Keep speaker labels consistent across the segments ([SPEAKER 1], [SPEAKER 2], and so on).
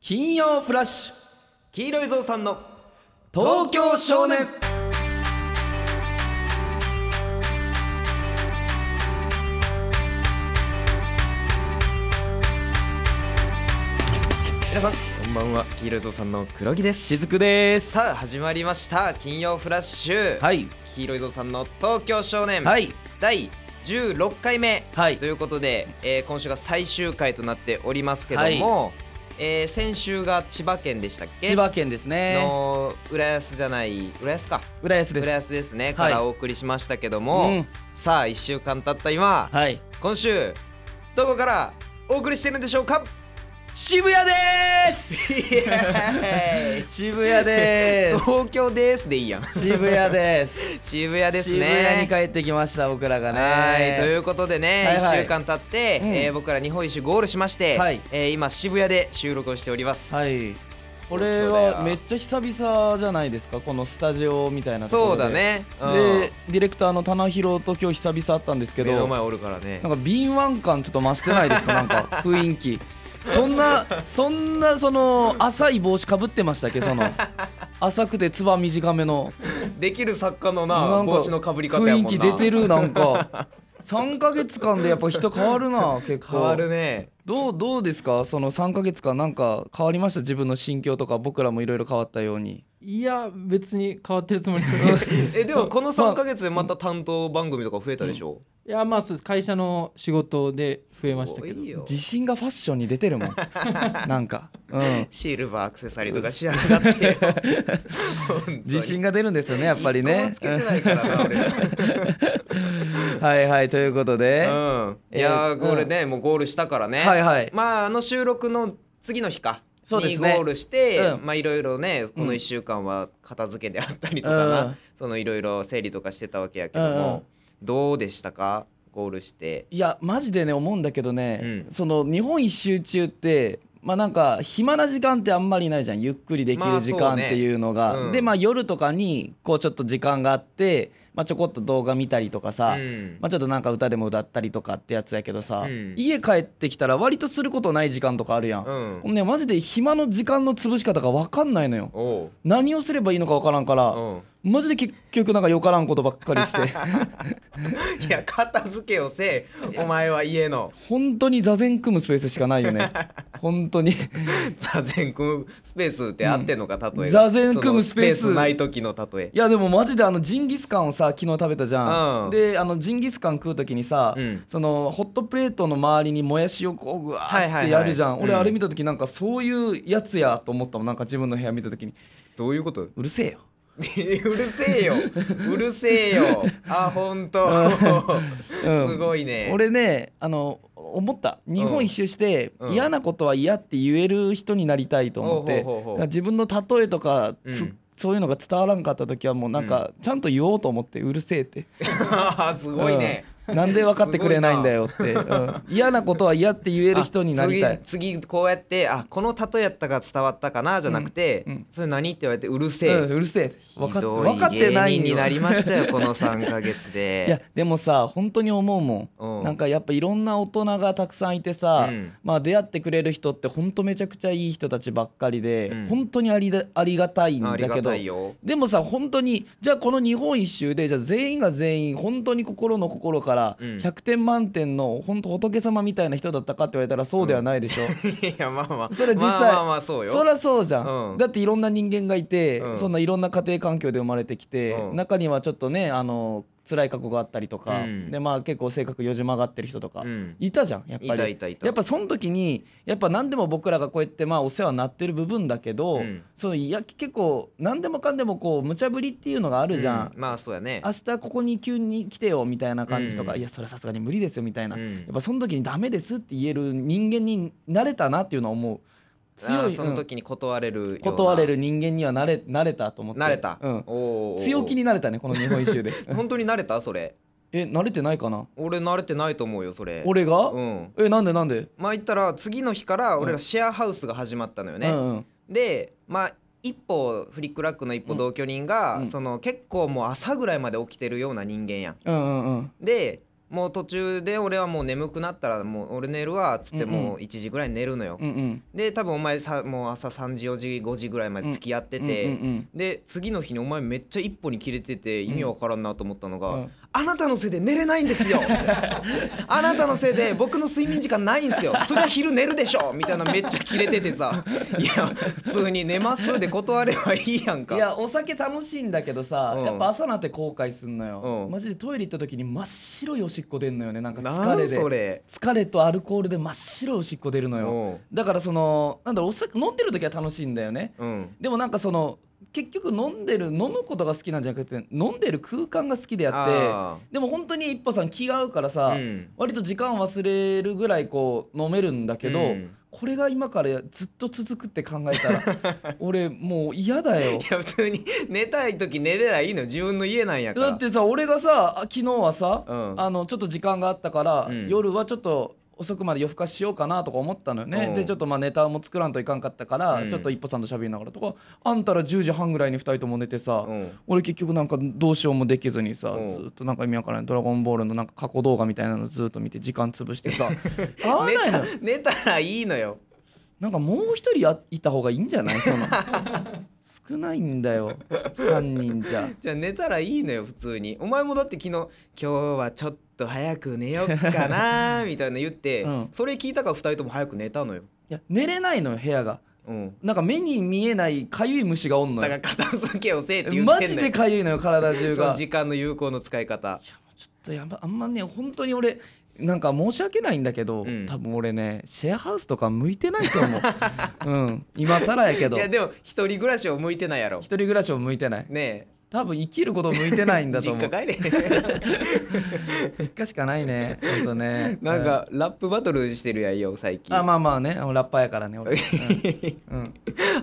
[SPEAKER 1] 金曜フラッシュ
[SPEAKER 2] 黄色いぞうさんの
[SPEAKER 1] 東京少年
[SPEAKER 2] 皆さんこんばんは黄色いぞうさんの黒木です
[SPEAKER 1] しずくです
[SPEAKER 2] さあ始まりました金曜フラッシュ、
[SPEAKER 1] はい
[SPEAKER 2] 黄色いぞうさんの東京少年、
[SPEAKER 1] はい
[SPEAKER 2] 第16回目、
[SPEAKER 1] はい
[SPEAKER 2] ということで、えー今週が最終回となっておりますけども、えー先週が千葉県でしたっけ
[SPEAKER 1] 千葉県ですね
[SPEAKER 2] の浦安じゃない浦安か
[SPEAKER 1] 浦安です
[SPEAKER 2] 浦安ですね、
[SPEAKER 1] い
[SPEAKER 2] からお送りしましたけども、
[SPEAKER 1] うん
[SPEAKER 2] さあ1週間経った今、
[SPEAKER 1] はい
[SPEAKER 2] 今週どこからお送りしてるんでしょう か
[SPEAKER 1] 渋谷です 渋谷です
[SPEAKER 2] 東京ですでいい やん
[SPEAKER 1] 渋谷です
[SPEAKER 2] 渋谷ですね
[SPEAKER 1] 渋谷に帰ってきました僕らがね
[SPEAKER 2] はいということでね、
[SPEAKER 1] はいはい
[SPEAKER 2] 1週間経って、
[SPEAKER 1] うん
[SPEAKER 2] えー僕ら日本一周ゴールしまして、
[SPEAKER 1] はい
[SPEAKER 2] えー今渋谷で収録をしております、
[SPEAKER 1] はいこれはめっちゃ久々じゃないですかこのスタジオみたいなところ
[SPEAKER 2] そう
[SPEAKER 1] で
[SPEAKER 2] だね、うん
[SPEAKER 1] でディレクターの棚広と今日久々会ったんですけど
[SPEAKER 2] 目の前おるからね
[SPEAKER 1] なんか敏腕感ちょっと増してないです かなんか雰囲気そんなそんなその浅い帽子かぶってましたっけその浅くてつば短めの
[SPEAKER 2] できる作家の
[SPEAKER 1] な
[SPEAKER 2] なん
[SPEAKER 1] か
[SPEAKER 2] 帽子のかぶり方やもんな
[SPEAKER 1] 雰囲気出てるなんか3ヶ月間でやっぱ人変わる な結構
[SPEAKER 2] 変わるね
[SPEAKER 1] どうどうですかその3ヶ月間なんか変わりました自分の心境とか僕らもいろいろ変わったように
[SPEAKER 3] いや別に変わってるつもりはい
[SPEAKER 2] えでもこの3か月でまた担当番組とか増えたでしょ、
[SPEAKER 3] やまあそうです会社の仕事で増えましたけど
[SPEAKER 2] 多いよ
[SPEAKER 1] 自信がファッションに出て るもんなんか、うん、
[SPEAKER 2] シルバーアクセサリーとかしやがって よ本当に
[SPEAKER 1] 自信が出るんですよねやっぱりね
[SPEAKER 2] 一個もつけてないからな俺ら
[SPEAKER 1] はいはいということで、
[SPEAKER 2] うん、いやーこれね、もうゴールしたからね、
[SPEAKER 1] はいはい
[SPEAKER 2] まああの収録の次の日か
[SPEAKER 1] そうですね
[SPEAKER 2] にゴールして、
[SPEAKER 1] うん
[SPEAKER 2] まあいろいろねこ
[SPEAKER 1] う
[SPEAKER 2] の
[SPEAKER 1] ん
[SPEAKER 2] 1週間は片付けであったりとかな、
[SPEAKER 1] うん
[SPEAKER 2] そのいろいろ整理とかしてたわけやけども、どうでしたかゴールして
[SPEAKER 1] いやマジでね思うんだけどね、
[SPEAKER 2] うん
[SPEAKER 1] その日本一周中ってまあなんか暇な時間ってあんまりないじゃんゆっくりでき
[SPEAKER 2] ま
[SPEAKER 1] る
[SPEAKER 2] あ
[SPEAKER 1] 時
[SPEAKER 2] そ
[SPEAKER 1] 間
[SPEAKER 2] う
[SPEAKER 1] っ
[SPEAKER 2] ね
[SPEAKER 1] ていうのが、
[SPEAKER 2] うん
[SPEAKER 1] でまあ夜とかにこうちょっと時間があって、まあ、ちょこっと動画見たりとかさ、
[SPEAKER 2] うん
[SPEAKER 1] まあ、ちょっとなんか歌でも歌ったりとかってやつやけどさ、
[SPEAKER 2] うん
[SPEAKER 1] 家帰ってきたら割とすることない時間とかあるやん、
[SPEAKER 2] うん
[SPEAKER 1] もうねマジで暇の時間の潰し方が分かんないのよ
[SPEAKER 2] おう
[SPEAKER 1] 何をすればいいのか分からんか
[SPEAKER 2] う
[SPEAKER 1] ら
[SPEAKER 2] ん
[SPEAKER 1] マジで結局なんかよからんことばっかりして
[SPEAKER 2] いや片付けをせえお前は家の
[SPEAKER 1] 本当に座禅組むスペースしかないよね本当に
[SPEAKER 2] 座禅組むスペースって合ってんのか、例え
[SPEAKER 1] 座禅組むスペース
[SPEAKER 2] そのない時の例え
[SPEAKER 1] いやでもマジであのジンギスカンをさ昨日食べたじゃん、
[SPEAKER 2] うん
[SPEAKER 1] であのジンギスカン食う時にさ、
[SPEAKER 2] うん
[SPEAKER 1] そのホットプレートの周りにもやしをこうぐわ
[SPEAKER 2] はい
[SPEAKER 1] ーっ
[SPEAKER 2] は
[SPEAKER 1] て
[SPEAKER 2] い
[SPEAKER 1] や
[SPEAKER 2] はい
[SPEAKER 1] るじゃん、
[SPEAKER 2] うん
[SPEAKER 1] 俺あれ見た時なんかそういうやつやと思ったもんなんか自分の部屋見た時に
[SPEAKER 2] どういうこと
[SPEAKER 1] うるせえよ
[SPEAKER 2] うるせえようるせえよあ本当、
[SPEAKER 1] うん
[SPEAKER 2] すごいね
[SPEAKER 1] 俺ねあの思った日本一周して、
[SPEAKER 2] うん
[SPEAKER 1] 嫌なことは嫌って言える人になりたいと思って、
[SPEAKER 2] ほうほうほうほう
[SPEAKER 1] だから自分の例えとか、つ
[SPEAKER 2] うん
[SPEAKER 1] そういうのが伝わらんかった時はもうなんかちゃんと言おうと思ってうるせえって
[SPEAKER 2] すごいね、
[SPEAKER 1] うんなんで分かってくれないんだよって、うん嫌なことは嫌って言える人になりた
[SPEAKER 2] あ
[SPEAKER 1] い
[SPEAKER 2] 次次こうやってあこの例えやったか伝わったかなじゃなくて、
[SPEAKER 1] うんうん
[SPEAKER 2] それ何って言われてうるせ
[SPEAKER 1] う
[SPEAKER 2] え、
[SPEAKER 1] んうるせえ分かって
[SPEAKER 2] ひど
[SPEAKER 1] 分かってない
[SPEAKER 2] 芸
[SPEAKER 1] よ
[SPEAKER 2] 人になりましたよこの3か月で
[SPEAKER 1] いやでもさ本当に思うもん、
[SPEAKER 2] うん
[SPEAKER 1] なんかやっぱいろんな大人がたくさんいてさ、
[SPEAKER 2] うん
[SPEAKER 1] まあ出会ってくれる人って本当めちゃくちゃいい人たちばっかりで、
[SPEAKER 2] うん
[SPEAKER 1] 本当にありだありがたいん
[SPEAKER 2] あり
[SPEAKER 1] だけ
[SPEAKER 2] が
[SPEAKER 1] ど
[SPEAKER 2] たいよ
[SPEAKER 1] でもさ本当にじゃあこの日本一周でじゃあ全員が全員本当に心の心から
[SPEAKER 2] うん
[SPEAKER 1] 100点満点の本当仏様みたいな人だったかって言われたらそうではないでしょ、
[SPEAKER 2] いやまあまあ
[SPEAKER 1] それ実際
[SPEAKER 2] まあまあまあそうよ
[SPEAKER 1] そりゃそうじゃん、
[SPEAKER 2] うん
[SPEAKER 1] だっていろんな人間がいて、
[SPEAKER 2] うん
[SPEAKER 1] そんないろんな家庭環境で生まれてきて、
[SPEAKER 2] うん
[SPEAKER 1] 中にはちょっとねあの辛い過去があったりとか、
[SPEAKER 2] うん
[SPEAKER 1] でまあ結構性格よじ曲がってる人とか、
[SPEAKER 2] うん
[SPEAKER 1] いたじゃんやっぱり
[SPEAKER 2] いたいたいた
[SPEAKER 1] やっぱその時にやっぱ何でも僕らがこうやってまあお世話になってる部分だけど、
[SPEAKER 2] うん
[SPEAKER 1] そのいや結構何でもかんでもこう無茶ぶりっていうのがあるじゃん
[SPEAKER 2] う、まあそうやね
[SPEAKER 1] 明日ここに急に来てよみたいな感じとか、
[SPEAKER 2] うん
[SPEAKER 1] いやそれはさすがに無理ですよみたいな、
[SPEAKER 2] うん
[SPEAKER 1] やっぱその時にダメですって言える人間になれたなっていうのは思う強
[SPEAKER 2] あ
[SPEAKER 1] い
[SPEAKER 2] ーその
[SPEAKER 1] うん
[SPEAKER 2] 時に断れるような
[SPEAKER 1] 断れる人間にはなれなれたと思って
[SPEAKER 2] 慣れた、
[SPEAKER 1] うん、
[SPEAKER 2] おー
[SPEAKER 1] 強気になれたねこの日本一周 で
[SPEAKER 2] 本当に慣れたそれ
[SPEAKER 1] え慣れてないかな
[SPEAKER 2] 俺慣れてないと思うよそれ
[SPEAKER 1] 俺が、
[SPEAKER 2] うん
[SPEAKER 1] えなんでなんで、
[SPEAKER 2] まあ言ったら次の日から俺らシェアハウスが始まったのよね、
[SPEAKER 1] うんうん
[SPEAKER 2] でまあ一歩フリックラックの一歩同居人が、
[SPEAKER 1] うん
[SPEAKER 2] その結構もう朝ぐらいまで起きてるような人間やん
[SPEAKER 1] うんうんうん
[SPEAKER 2] でもう途中で俺はもう眠くなったらもう俺寝るわっつって
[SPEAKER 1] うんうん
[SPEAKER 2] もう1時ぐらいに寝るのよ、
[SPEAKER 1] うんうん
[SPEAKER 2] で多分お前さもう朝3時4時5時ぐらいまで付き合ってて、
[SPEAKER 1] うんうん
[SPEAKER 2] で次の日にお前めっちゃ一歩に切れてて意味わからんなと思ったのが、
[SPEAKER 1] うん
[SPEAKER 2] あなたのせいで寝れない んですよあなたのせいで僕の睡眠時間ないんですよそれは昼寝るでしょみたいなめっちゃ切れてて さいや普通に寝ますで断ればいいやん
[SPEAKER 1] う
[SPEAKER 2] か
[SPEAKER 1] んいやお酒楽しいんだけどさ、
[SPEAKER 2] うん
[SPEAKER 1] やっぱ朝なんて後悔すんのよ、
[SPEAKER 2] うん
[SPEAKER 1] マジでトイレ行った時に真っ白いおしっこ出んのよねなんか
[SPEAKER 2] な
[SPEAKER 1] 疲れ
[SPEAKER 2] ん
[SPEAKER 1] で
[SPEAKER 2] それ
[SPEAKER 1] 疲れとアルコールで真っ白いおしっこ出るのよ
[SPEAKER 2] う
[SPEAKER 1] だからそのなんだろうお酒飲んでる時は楽しいんだよね
[SPEAKER 2] んうん
[SPEAKER 1] でもなんかその結局飲んでる飲むことが好きなんじゃなくて飲んでる空間が好きであって
[SPEAKER 2] あ
[SPEAKER 1] でも本当に一歩さん気が合うからさ、
[SPEAKER 2] ーうん
[SPEAKER 1] 割と時間忘れるぐらいこう飲めるんだけど、
[SPEAKER 2] うん
[SPEAKER 1] これが今からずっと続くって考えた ら俺もう嫌だよ
[SPEAKER 2] いや普通に寝たい時寝ればいいの自分の家なんやから
[SPEAKER 1] だってさ俺がさあ昨日はさ、
[SPEAKER 2] うん
[SPEAKER 1] あのちょっと時間があったから、
[SPEAKER 2] うん
[SPEAKER 1] 夜はちょっと遅くまで夜更かししようかなとか思ったのよね、
[SPEAKER 2] うん
[SPEAKER 1] でちょっとまあネタも作らんといかんかったから、
[SPEAKER 2] うん
[SPEAKER 1] ちょっと一歩さんと喋りながらとかあんたら10時半ぐらいに2人とも寝てさ、
[SPEAKER 2] うん
[SPEAKER 1] 俺結局なんかどうしようもできずにさ、
[SPEAKER 2] うん
[SPEAKER 1] ずっとなんか意味わからない「ドラゴンボール」のなんか過去動画みたいなのずっと見て時間潰して さ合わないのよ
[SPEAKER 2] 寝たらいいのよ
[SPEAKER 1] なんかもう一人やいた方がいいんじゃない その少ないんだよ3人じゃ。
[SPEAKER 2] じゃあ寝たらいいのよ普通にお前もだって昨日「今日はちょっと早く寝よっ かな」みたいな言って、
[SPEAKER 1] うん
[SPEAKER 2] それ聞いたから2人とも早く寝たのよ、
[SPEAKER 1] いや寝れないのよ部屋が
[SPEAKER 2] うん、
[SPEAKER 1] なんか目に見えないかゆい虫がおんの
[SPEAKER 2] だか
[SPEAKER 1] よ
[SPEAKER 2] ら片付けをせえって言っ
[SPEAKER 1] マ
[SPEAKER 2] てん
[SPEAKER 1] ジ
[SPEAKER 2] だよ
[SPEAKER 1] でかゆいのよ体中
[SPEAKER 2] その
[SPEAKER 1] が
[SPEAKER 2] 時間の有効の使い方
[SPEAKER 1] ちょっとやばあんまね本当に俺なんか申し訳ないんだけど、
[SPEAKER 2] うん
[SPEAKER 1] 多分俺ねシェアハウスとか向いてないと 思う、うん、今更やけ
[SPEAKER 2] い
[SPEAKER 1] ど
[SPEAKER 2] や
[SPEAKER 1] 一
[SPEAKER 2] でも一人暮らしを向いてないやろ
[SPEAKER 1] 人暮らしも向いてない
[SPEAKER 2] ね
[SPEAKER 1] 多分生きること向いてないん
[SPEAKER 2] え
[SPEAKER 1] だと
[SPEAKER 2] 実
[SPEAKER 1] 思う
[SPEAKER 2] 家帰れ
[SPEAKER 1] 実家しかないねほんとね
[SPEAKER 2] なん、かラップバトルしてるやんよ最
[SPEAKER 1] うん
[SPEAKER 2] 近
[SPEAKER 1] あまあまあねラッパーやからね 俺、うんうん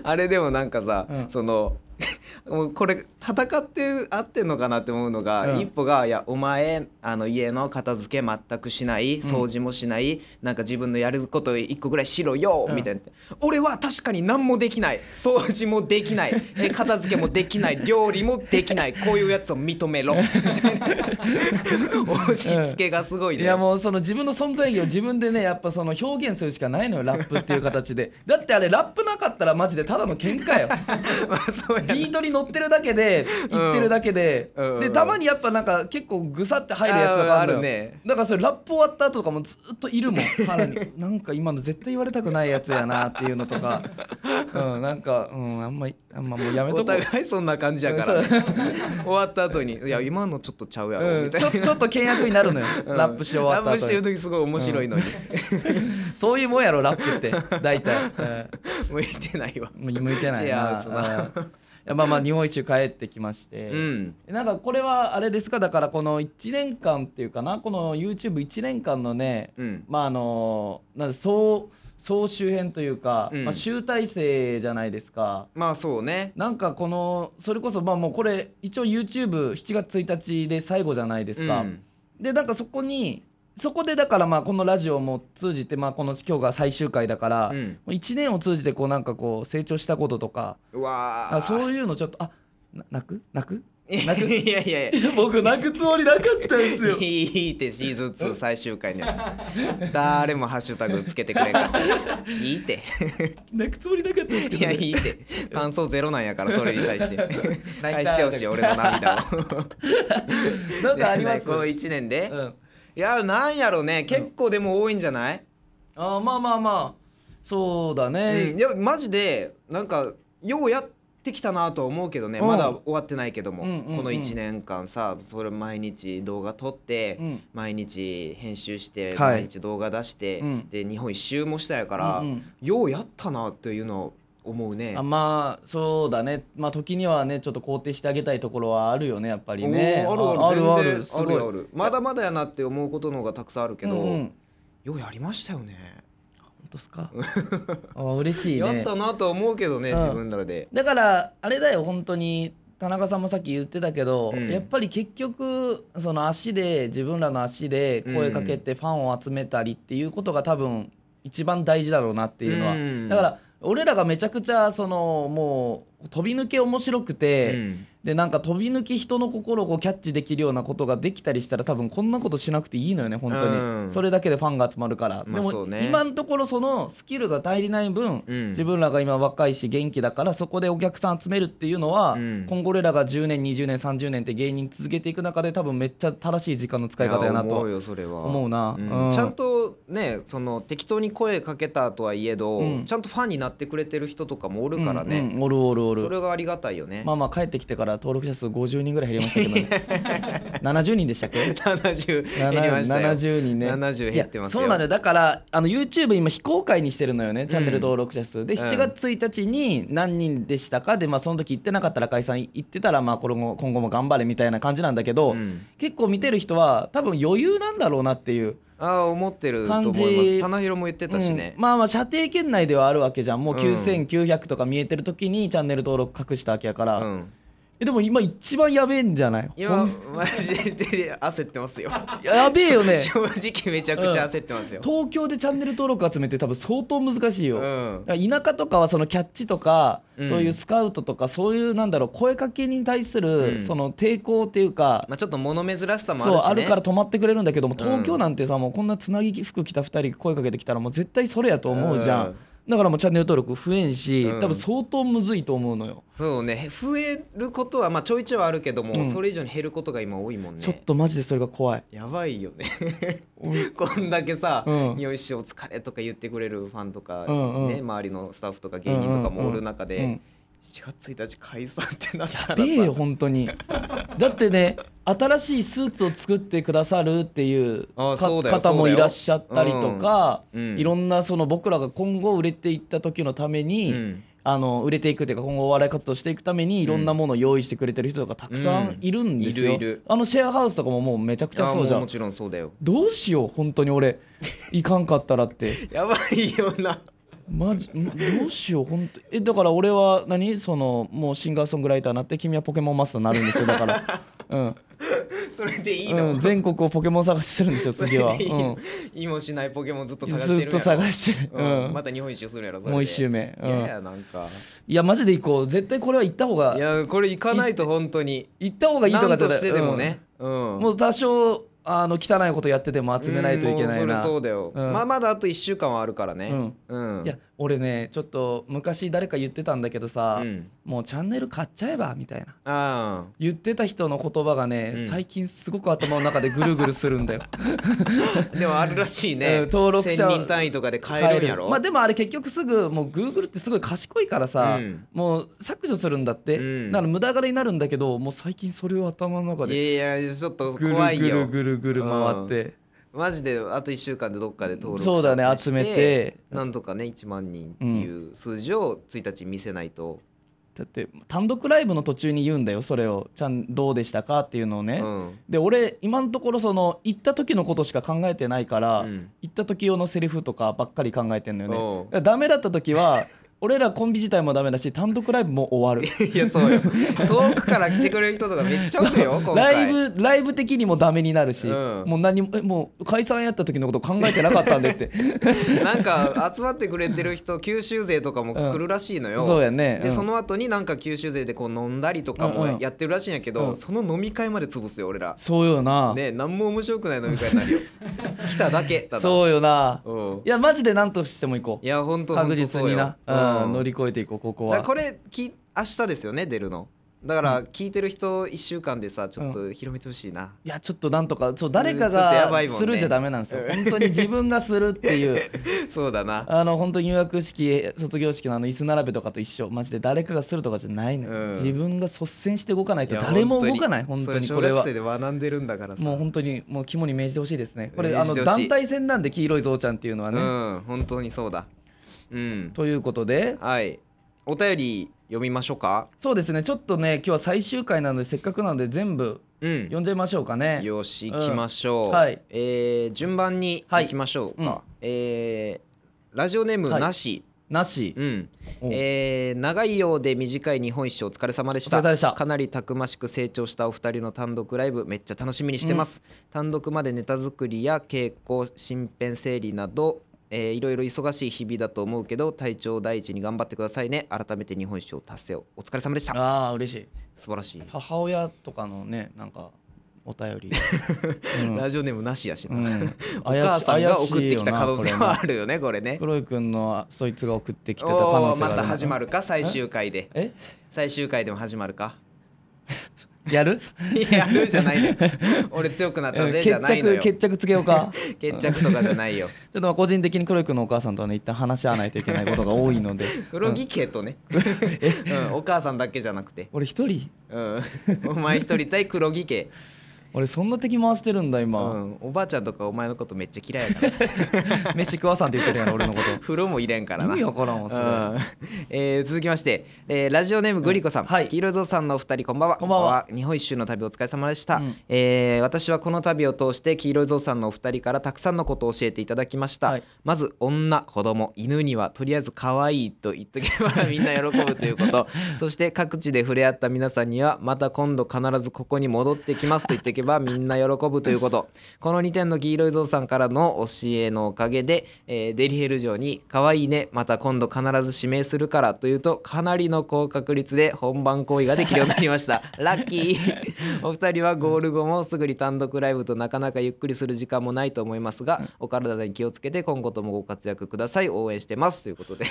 [SPEAKER 2] あれでもなんかさ、
[SPEAKER 1] うん
[SPEAKER 2] その もうこれ戦って合ってんのかなって思うのが、
[SPEAKER 1] うん
[SPEAKER 2] 一歩が「いやお前あの家の片付け全くしない掃除もしない、なんか自分のやること一個ぐらいしろよ」
[SPEAKER 1] うん
[SPEAKER 2] みたいな「俺は確かに何もできない掃除もで きないえ片付けもできない料理もできないこういうやつを認めろ」みたいな押し付けがすごいね。
[SPEAKER 1] いやもうその自分の存在意義を自分でねやっぱその表現するしかないのよラップっていう形でだってあれラップなかったらマジでただの喧嘩よ
[SPEAKER 2] まあ そうやな
[SPEAKER 1] ビートに乗ってるだけで言ってるだけで、
[SPEAKER 2] うんうん
[SPEAKER 1] でたまにやっぱなんか結構ぐさって入るやつとかあるのよ
[SPEAKER 2] あるね
[SPEAKER 1] だからそれラップ終わった後とかもずっといるもん腹になんか今の絶対言われたくないやつやなっていうのと か、うん、なんか、うん、あんまりあんまもうやめ
[SPEAKER 2] お
[SPEAKER 1] とこう
[SPEAKER 2] 互いそんな感じやから、ね、終わった後に「いや今のちょっとちゃうやろ」
[SPEAKER 1] うん、
[SPEAKER 2] みたい
[SPEAKER 1] ち
[SPEAKER 2] な
[SPEAKER 1] ょ。ちょっと倹約になるのよ、ラップし終わった
[SPEAKER 2] ラップし
[SPEAKER 1] 後
[SPEAKER 2] てる
[SPEAKER 1] に
[SPEAKER 2] 時すごい面白いのに、
[SPEAKER 1] そういうもんやろラップって大体、うん
[SPEAKER 2] 向いてな いわ
[SPEAKER 1] 向いてない
[SPEAKER 2] シェアハウ
[SPEAKER 1] な。
[SPEAKER 2] ス
[SPEAKER 1] うん
[SPEAKER 2] ない
[SPEAKER 1] やまあまあ日本一周帰ってきまして、
[SPEAKER 2] うん
[SPEAKER 1] なんかこれはあれですかだからこの1年間っていうかなこの YouTube1 年間のね、
[SPEAKER 2] うん
[SPEAKER 1] まああのなんだ総総集編というか、
[SPEAKER 2] うん
[SPEAKER 1] まあ、集大成じゃないですか。
[SPEAKER 2] まあそうね
[SPEAKER 1] なんかこのそれこそまあもうこれ一応 YouTube7 月1日で最後じゃないですか。
[SPEAKER 2] うん
[SPEAKER 1] でなんかそこにそこでだからまあこのラジオも通じてまあこの今日が最終回だから、
[SPEAKER 2] うん
[SPEAKER 1] 1年を通じてこうなんかこう成長したこととか
[SPEAKER 2] うわー
[SPEAKER 1] あそういうのちょっとあな泣く泣く泣く
[SPEAKER 2] いやいやいや
[SPEAKER 1] 僕泣くつもりなかったんです よ
[SPEAKER 2] いいってシーズン2最終回のやつ 誰もハッシュタグつけてくれんかったですいいって
[SPEAKER 1] 泣くつもりなかったんですけ
[SPEAKER 2] い
[SPEAKER 1] ど、
[SPEAKER 2] や
[SPEAKER 1] ね、
[SPEAKER 2] いいって感想ゼロなんやからそれに対して
[SPEAKER 1] た
[SPEAKER 2] 返してほしい俺の涙を
[SPEAKER 1] なんかあります
[SPEAKER 2] この1年で、
[SPEAKER 1] うん、
[SPEAKER 2] いやなんやろうね結構でも多いんじゃない、
[SPEAKER 1] あまあまあまあそうだ
[SPEAKER 2] うん、い
[SPEAKER 1] ね、
[SPEAKER 2] やマジでなんかようやってきたなとは思うけどね
[SPEAKER 1] うん
[SPEAKER 2] まだ終わってないけども、
[SPEAKER 1] うんうんうん
[SPEAKER 2] この1年間さそれ毎日動画撮って、
[SPEAKER 1] うん
[SPEAKER 2] 毎日編集して、
[SPEAKER 1] はい
[SPEAKER 2] 毎日動画出して、
[SPEAKER 1] うん
[SPEAKER 2] で日本一周もしたやから、
[SPEAKER 1] うんうん
[SPEAKER 2] ようやったなというのを思うね
[SPEAKER 1] あ。まあそうだねまあ時にはねちょっと肯定してあげたいところはあるよねやっぱりね
[SPEAKER 2] おーあるある
[SPEAKER 1] あ
[SPEAKER 2] 全然
[SPEAKER 1] すごい
[SPEAKER 2] あるあるまだまだやなって思うことの方がたくさんあるけど、
[SPEAKER 1] うんうん、
[SPEAKER 2] ようやりましたよね
[SPEAKER 1] 本当っす かあ嬉しい
[SPEAKER 2] や
[SPEAKER 1] ね
[SPEAKER 2] ったなとは思うけどね、
[SPEAKER 1] うん
[SPEAKER 2] 自分らで
[SPEAKER 1] だからあれだよ本当に田中さんもさっき言ってたけど、
[SPEAKER 2] うん
[SPEAKER 1] やっぱり結局その足で自分らの足で声かけてファンを集めたりっていうことが多分一番大事だろうなっていうのは、
[SPEAKER 2] うん
[SPEAKER 1] だから俺らがめちゃくちゃそのもう飛び抜け面白く
[SPEAKER 2] う
[SPEAKER 1] て、
[SPEAKER 2] ん
[SPEAKER 1] でなんか飛び抜き人の心をこうキャッチできるようなことができたりしたら多分こんなことしなくていいのよね本当に、
[SPEAKER 2] うん
[SPEAKER 1] それだけでファンが集まるから、
[SPEAKER 2] まあ
[SPEAKER 1] で
[SPEAKER 2] そ
[SPEAKER 1] も、
[SPEAKER 2] うね
[SPEAKER 1] 今のところそのスキルが足りない分、
[SPEAKER 2] うん
[SPEAKER 1] 自分らが今若いし元気だからそこでお客さん集めるっていうのは、
[SPEAKER 2] うん
[SPEAKER 1] 今後俺らが10年20年30年って芸人続けていく中で多分めっちゃ正しい時間の使い方やな
[SPEAKER 2] や思
[SPEAKER 1] と
[SPEAKER 2] うよそれは
[SPEAKER 1] 思うな
[SPEAKER 2] うん
[SPEAKER 1] うん
[SPEAKER 2] ちゃんとねその適当に声かけたとはいえど、
[SPEAKER 1] うん
[SPEAKER 2] ちゃんとファンになってくれてる人とかもおるからね、
[SPEAKER 1] うんうんおるおるお
[SPEAKER 2] そ
[SPEAKER 1] る
[SPEAKER 2] れがありがたいよね、
[SPEAKER 1] ま あまあ帰ってきてから登録者数50人ぐらい減りましたけどね 70人でしたっけ
[SPEAKER 2] 70減りましたよ
[SPEAKER 1] 70人ね
[SPEAKER 2] 70減ってますよ
[SPEAKER 1] いやそうなのよだからあの YouTube 今非公開にしてるのよねチャンネル登録者数、で
[SPEAKER 2] うん
[SPEAKER 1] 7月1日に何人でしたかでまあその時行ってなかったら解散行ってたらまあこれも今後も頑張れみたいな感じなんだけど、
[SPEAKER 2] うん
[SPEAKER 1] 結構見てる人は多分余裕なんだろうなっていう、
[SPEAKER 2] ああ思ってると思いま
[SPEAKER 1] 感
[SPEAKER 2] す
[SPEAKER 1] じ
[SPEAKER 2] 棚広も言ってたしね、
[SPEAKER 1] うんまあまあ射程圏内ではあるわけじゃんもう
[SPEAKER 2] うん
[SPEAKER 1] 9900とか見えてる時にチャンネル登録隠したわけやから、
[SPEAKER 2] うん
[SPEAKER 1] えでも今一番やべえんじゃないほ
[SPEAKER 2] 今
[SPEAKER 1] ん
[SPEAKER 2] マジで焦ってますよ
[SPEAKER 1] やべえよ ね
[SPEAKER 2] 正直めちゃくちゃ焦ってますよ、
[SPEAKER 1] 東京でチャンネル登録集めて多分相当難しいよ、
[SPEAKER 2] うん
[SPEAKER 1] だから田舎とかはそのキャッチとか、
[SPEAKER 2] うん
[SPEAKER 1] そういうスカウトとかそういうなんだろう声かけに対す
[SPEAKER 2] うん
[SPEAKER 1] るその抵抗っていうか、
[SPEAKER 2] まあ、ちょっと物珍しさもあるし、
[SPEAKER 1] そう
[SPEAKER 2] ね、
[SPEAKER 1] あるから止まってくれるんだけども東京なんてさもうこんなつなぎ服着た2人声かけてきたらもう絶対それやと思うじゃん、
[SPEAKER 2] うん
[SPEAKER 1] だからもうチャンネル登録増えんし、
[SPEAKER 2] うん
[SPEAKER 1] 多分相当むずいと思うのよ、
[SPEAKER 2] そうね増えることはまあちょいちょいあるけども、
[SPEAKER 1] うん
[SPEAKER 2] それ以上に減ることが今多いもんね
[SPEAKER 1] ちょっとマジでそれが怖い
[SPEAKER 2] やばいよね こんだけさ
[SPEAKER 1] う
[SPEAKER 2] 「
[SPEAKER 1] ん
[SPEAKER 2] よいしょお疲れ」とか言ってくれるファンとか、
[SPEAKER 1] うんうん
[SPEAKER 2] ね、周りのスタッフとか芸人とかもおる中で、
[SPEAKER 1] うんうん
[SPEAKER 2] 7月1日解散ってなったらさ
[SPEAKER 1] やべえよ本当にだってね新しいスーツを作ってくださるっていうか
[SPEAKER 2] あそうだよ
[SPEAKER 1] 方もいらっしゃったりとか、
[SPEAKER 2] うんうん
[SPEAKER 1] いろんなその僕らが今後売れていった時のために、
[SPEAKER 2] うん
[SPEAKER 1] あの売れていくというか今後お笑い活動していくためにいろんなものを用意してくれてる人がたくさんいるんですよ、
[SPEAKER 2] うんいるいる
[SPEAKER 1] あのシェアハウスとかももうめちゃくちゃ
[SPEAKER 2] あ
[SPEAKER 1] そうじゃ
[SPEAKER 2] もも
[SPEAKER 1] ん
[SPEAKER 2] ちろんそうだよ
[SPEAKER 1] どうしよう本当に俺いかんかったらって
[SPEAKER 2] やばいよな
[SPEAKER 1] マジんどうしよう本当えだから俺は何そのもうシンガーソングライターになって君はポケモンマスターになるんですよだ から、うん、
[SPEAKER 2] それでいいの、
[SPEAKER 1] うん、全国をポケモン探しするんですよ
[SPEAKER 2] それ
[SPEAKER 1] 次は、う
[SPEAKER 2] でいいの
[SPEAKER 1] ん、、
[SPEAKER 2] いいもしないポケモンずっと探して
[SPEAKER 1] ず
[SPEAKER 2] る
[SPEAKER 1] っ
[SPEAKER 2] やろ
[SPEAKER 1] と探してる、う
[SPEAKER 2] うん
[SPEAKER 1] ん
[SPEAKER 2] また日本一周するやろそれで
[SPEAKER 1] もう一周目、うん
[SPEAKER 2] いやいやなんか
[SPEAKER 1] いやマジで行こう絶対これは行った方が
[SPEAKER 2] いやこれ行かないと本当に
[SPEAKER 1] 行った方がいいとか
[SPEAKER 2] なん
[SPEAKER 1] じゃ
[SPEAKER 2] と
[SPEAKER 1] ない
[SPEAKER 2] してでもね、うん
[SPEAKER 1] うんもう多少あの汚いことやってても集めないといけな
[SPEAKER 2] う
[SPEAKER 1] い
[SPEAKER 2] んもう
[SPEAKER 1] な
[SPEAKER 2] それそうだよ、
[SPEAKER 1] うん
[SPEAKER 2] まあまだあと1週間はあるからねうん、
[SPEAKER 1] いや俺ねちょっと昔誰か言ってたんだけど
[SPEAKER 2] う
[SPEAKER 1] さ、
[SPEAKER 2] ん
[SPEAKER 1] もうチャンネル買っちゃえばみたいな
[SPEAKER 2] あ
[SPEAKER 1] 言ってた人の言葉がね、
[SPEAKER 2] うん
[SPEAKER 1] 最近すごく頭の中でぐるぐるするんだよ
[SPEAKER 2] あ でもあるらしいね、
[SPEAKER 1] うん登録者
[SPEAKER 2] 1000人単位とかで買えるんやろ
[SPEAKER 1] まあでもあれ結局すぐもう Google ってすごい賢いからさ、
[SPEAKER 2] うん
[SPEAKER 1] もう削除するんだって、
[SPEAKER 2] うん
[SPEAKER 1] だから無駄金になるんだけどもう最近それを頭の中
[SPEAKER 2] い
[SPEAKER 1] で
[SPEAKER 2] やいやちょっと
[SPEAKER 1] ぐる
[SPEAKER 2] 怖い
[SPEAKER 1] ぐ
[SPEAKER 2] よ
[SPEAKER 1] るぐるぐる回って、
[SPEAKER 2] マジであと1週間でどっかで登録
[SPEAKER 1] そうだね
[SPEAKER 2] 者
[SPEAKER 1] 集めて
[SPEAKER 2] なんとかね1万人っていう数字を1日見せないと、
[SPEAKER 1] だって単独ライブの途中に言うんだよそれをちゃんどうでしたかっていうのを
[SPEAKER 2] う
[SPEAKER 1] ね、
[SPEAKER 2] ん
[SPEAKER 1] で俺今のところその行った時のことしか考えてないから、
[SPEAKER 2] うん
[SPEAKER 1] 行った時用のセリフとかばっかり考えてんのよね
[SPEAKER 2] おう
[SPEAKER 1] だからダメだった時は 俺らコンビ自体もダメだし単独ライブも終 わる
[SPEAKER 2] いやそうよ遠くから来てくれる人とかめっちゃおるよ今
[SPEAKER 1] ラ
[SPEAKER 2] 回
[SPEAKER 1] イブライブ的にもダメになるし、
[SPEAKER 2] うん
[SPEAKER 1] もう何もえもう解散やった時のこと考えてなかったんでって
[SPEAKER 2] なんか集まってくれてる人九州勢とかも来るらしいの よ、
[SPEAKER 1] そうやね
[SPEAKER 2] で
[SPEAKER 1] うん
[SPEAKER 2] その後になんか九州勢でこう飲んだりとか
[SPEAKER 1] うんう
[SPEAKER 2] も
[SPEAKER 1] ん
[SPEAKER 2] やってるらしいんやけど、
[SPEAKER 1] うん
[SPEAKER 2] その飲み会まで潰すよ俺ら
[SPEAKER 1] そうよな、
[SPEAKER 2] ね何も面白くない飲み会になるよ 来ただけただ
[SPEAKER 1] そうよな、
[SPEAKER 2] うん
[SPEAKER 1] いやマジで何としても行こ
[SPEAKER 2] いうや本当
[SPEAKER 1] 確実にな、うん乗り
[SPEAKER 2] だ
[SPEAKER 1] 越えていこうここ
[SPEAKER 2] から
[SPEAKER 1] は
[SPEAKER 2] これき明日ですよね出るのだから聞いてる人1週間でさちょっと広めてほしいな、
[SPEAKER 1] いやちょっとなんとかそう誰か
[SPEAKER 2] ちょっとや
[SPEAKER 1] が
[SPEAKER 2] ばいもんね
[SPEAKER 1] するじゃダメ なんですよ、本当に自分がするっていう
[SPEAKER 2] そうだな
[SPEAKER 1] あの本当に入学式卒業式のあの椅子並べとかと一緒マジで誰かがするとかじゃないのよ、
[SPEAKER 2] うん
[SPEAKER 1] 自分が率先して動かない
[SPEAKER 2] い
[SPEAKER 1] と
[SPEAKER 2] や
[SPEAKER 1] 誰も動かない本当に
[SPEAKER 2] そ
[SPEAKER 1] これは
[SPEAKER 2] 小学生で学んでるんだからさ
[SPEAKER 1] もう本当にもう肝に銘じてほしいですねこれ
[SPEAKER 2] 銘
[SPEAKER 1] あ
[SPEAKER 2] じ
[SPEAKER 1] の
[SPEAKER 2] てほしい
[SPEAKER 1] 団体戦なんで黄色いゾウちゃんっていうのはね、
[SPEAKER 2] うん本当にそうだうん
[SPEAKER 1] ということで
[SPEAKER 2] はいお便り読みましょうか
[SPEAKER 1] そうですねちょっとね今日は最終回なのでせっかくなので全部
[SPEAKER 2] うん
[SPEAKER 1] 読んじゃいましょうかね
[SPEAKER 2] よし行きましょう、
[SPEAKER 1] うんはい
[SPEAKER 2] えー順番に
[SPEAKER 1] はい
[SPEAKER 2] 行きましょうか、
[SPEAKER 1] うん
[SPEAKER 2] えーラジオネーム
[SPEAKER 1] はい
[SPEAKER 2] なし、
[SPEAKER 1] なし
[SPEAKER 2] うん
[SPEAKER 1] お
[SPEAKER 2] えー長いようで短い日本一周お疲れ様でし
[SPEAKER 1] お
[SPEAKER 2] た
[SPEAKER 1] 疲れ様でした
[SPEAKER 2] かなりたくましく成長したお二人の単独ライブめっちゃ楽しみにしてます、単独までネタ作りや傾向身辺整理などええーいろいろ忙しい日々だと思うけど体調を第一に頑張ってくださいね改めて日本一周を達成をお疲れ様でした
[SPEAKER 1] ああ嬉しい
[SPEAKER 2] 素晴らしい、
[SPEAKER 1] 母親とかのねなんかお便り、うん
[SPEAKER 2] ラジオネームなしやしな、
[SPEAKER 1] うん、
[SPEAKER 2] お母さんが送ってき
[SPEAKER 1] 怪しいよ
[SPEAKER 2] た
[SPEAKER 1] な
[SPEAKER 2] 可
[SPEAKER 1] こ
[SPEAKER 2] 能性
[SPEAKER 1] れ
[SPEAKER 2] は
[SPEAKER 1] ね
[SPEAKER 2] あるよねこれね
[SPEAKER 1] 黒井君のあそいつが送ってきてた可
[SPEAKER 2] お
[SPEAKER 1] 能
[SPEAKER 2] おー
[SPEAKER 1] 性があ
[SPEAKER 2] ま
[SPEAKER 1] る
[SPEAKER 2] た始まるか最終回で
[SPEAKER 1] え
[SPEAKER 2] 最終回でも始まるか
[SPEAKER 1] やる
[SPEAKER 2] いやあるじゃないのよ俺強くなったぜじゃ
[SPEAKER 1] 決
[SPEAKER 2] ないの
[SPEAKER 1] 着
[SPEAKER 2] よ
[SPEAKER 1] 決着つけようかち
[SPEAKER 2] 決着とかじゃない
[SPEAKER 1] ょ
[SPEAKER 2] よ
[SPEAKER 1] っとまあ個人的に黒井君のお母さんとはね一旦話し合わないといけないことが多いの で
[SPEAKER 2] 黒木家とね、 うん、お母さんだけじゃなくて、
[SPEAKER 1] 俺一人
[SPEAKER 2] うん、お前一人対黒木家、
[SPEAKER 1] 俺そんな敵回してるんだ
[SPEAKER 2] う
[SPEAKER 1] 今、
[SPEAKER 2] ん、おばあちゃんとかお前のことめっちゃ嫌いやか ら
[SPEAKER 1] 飯食わさんって言ってるやろ俺 のこ
[SPEAKER 2] 風呂も入れんから
[SPEAKER 1] と意
[SPEAKER 2] な
[SPEAKER 1] 味わからんわそれ、
[SPEAKER 2] うん えー続きまして、えーラジオネームグリコさん、
[SPEAKER 1] うんはい
[SPEAKER 2] 黄色いぞうさんのお二人こんばんは
[SPEAKER 1] こんばんは
[SPEAKER 2] 日本一周の旅お疲れ様でした、
[SPEAKER 1] うん
[SPEAKER 2] えー私はこの旅を通して黄色いぞうさんのお二人からたくさんのことを教えていただきました、
[SPEAKER 1] はい
[SPEAKER 2] まず女子供犬にはとりあえず可愛いと言っとけばみんな喜ぶという ことそして各地で触れ合った皆さんにはまた今度必ずここに戻ってきますと言ってけばみんな喜ぶということこの2点の黄色いぞうさんからの教えのおかげで、えーデリヘル城に「可愛いねまた今度必ず指名するから」というとかなりの高確率で本番行為ができるようになりました ラッキーお二人はゴール後もすぐに単独ライブとなかなかゆっくりする時間もないと思いますがお体に気をつけて今後ともご活躍ください応援してますということ で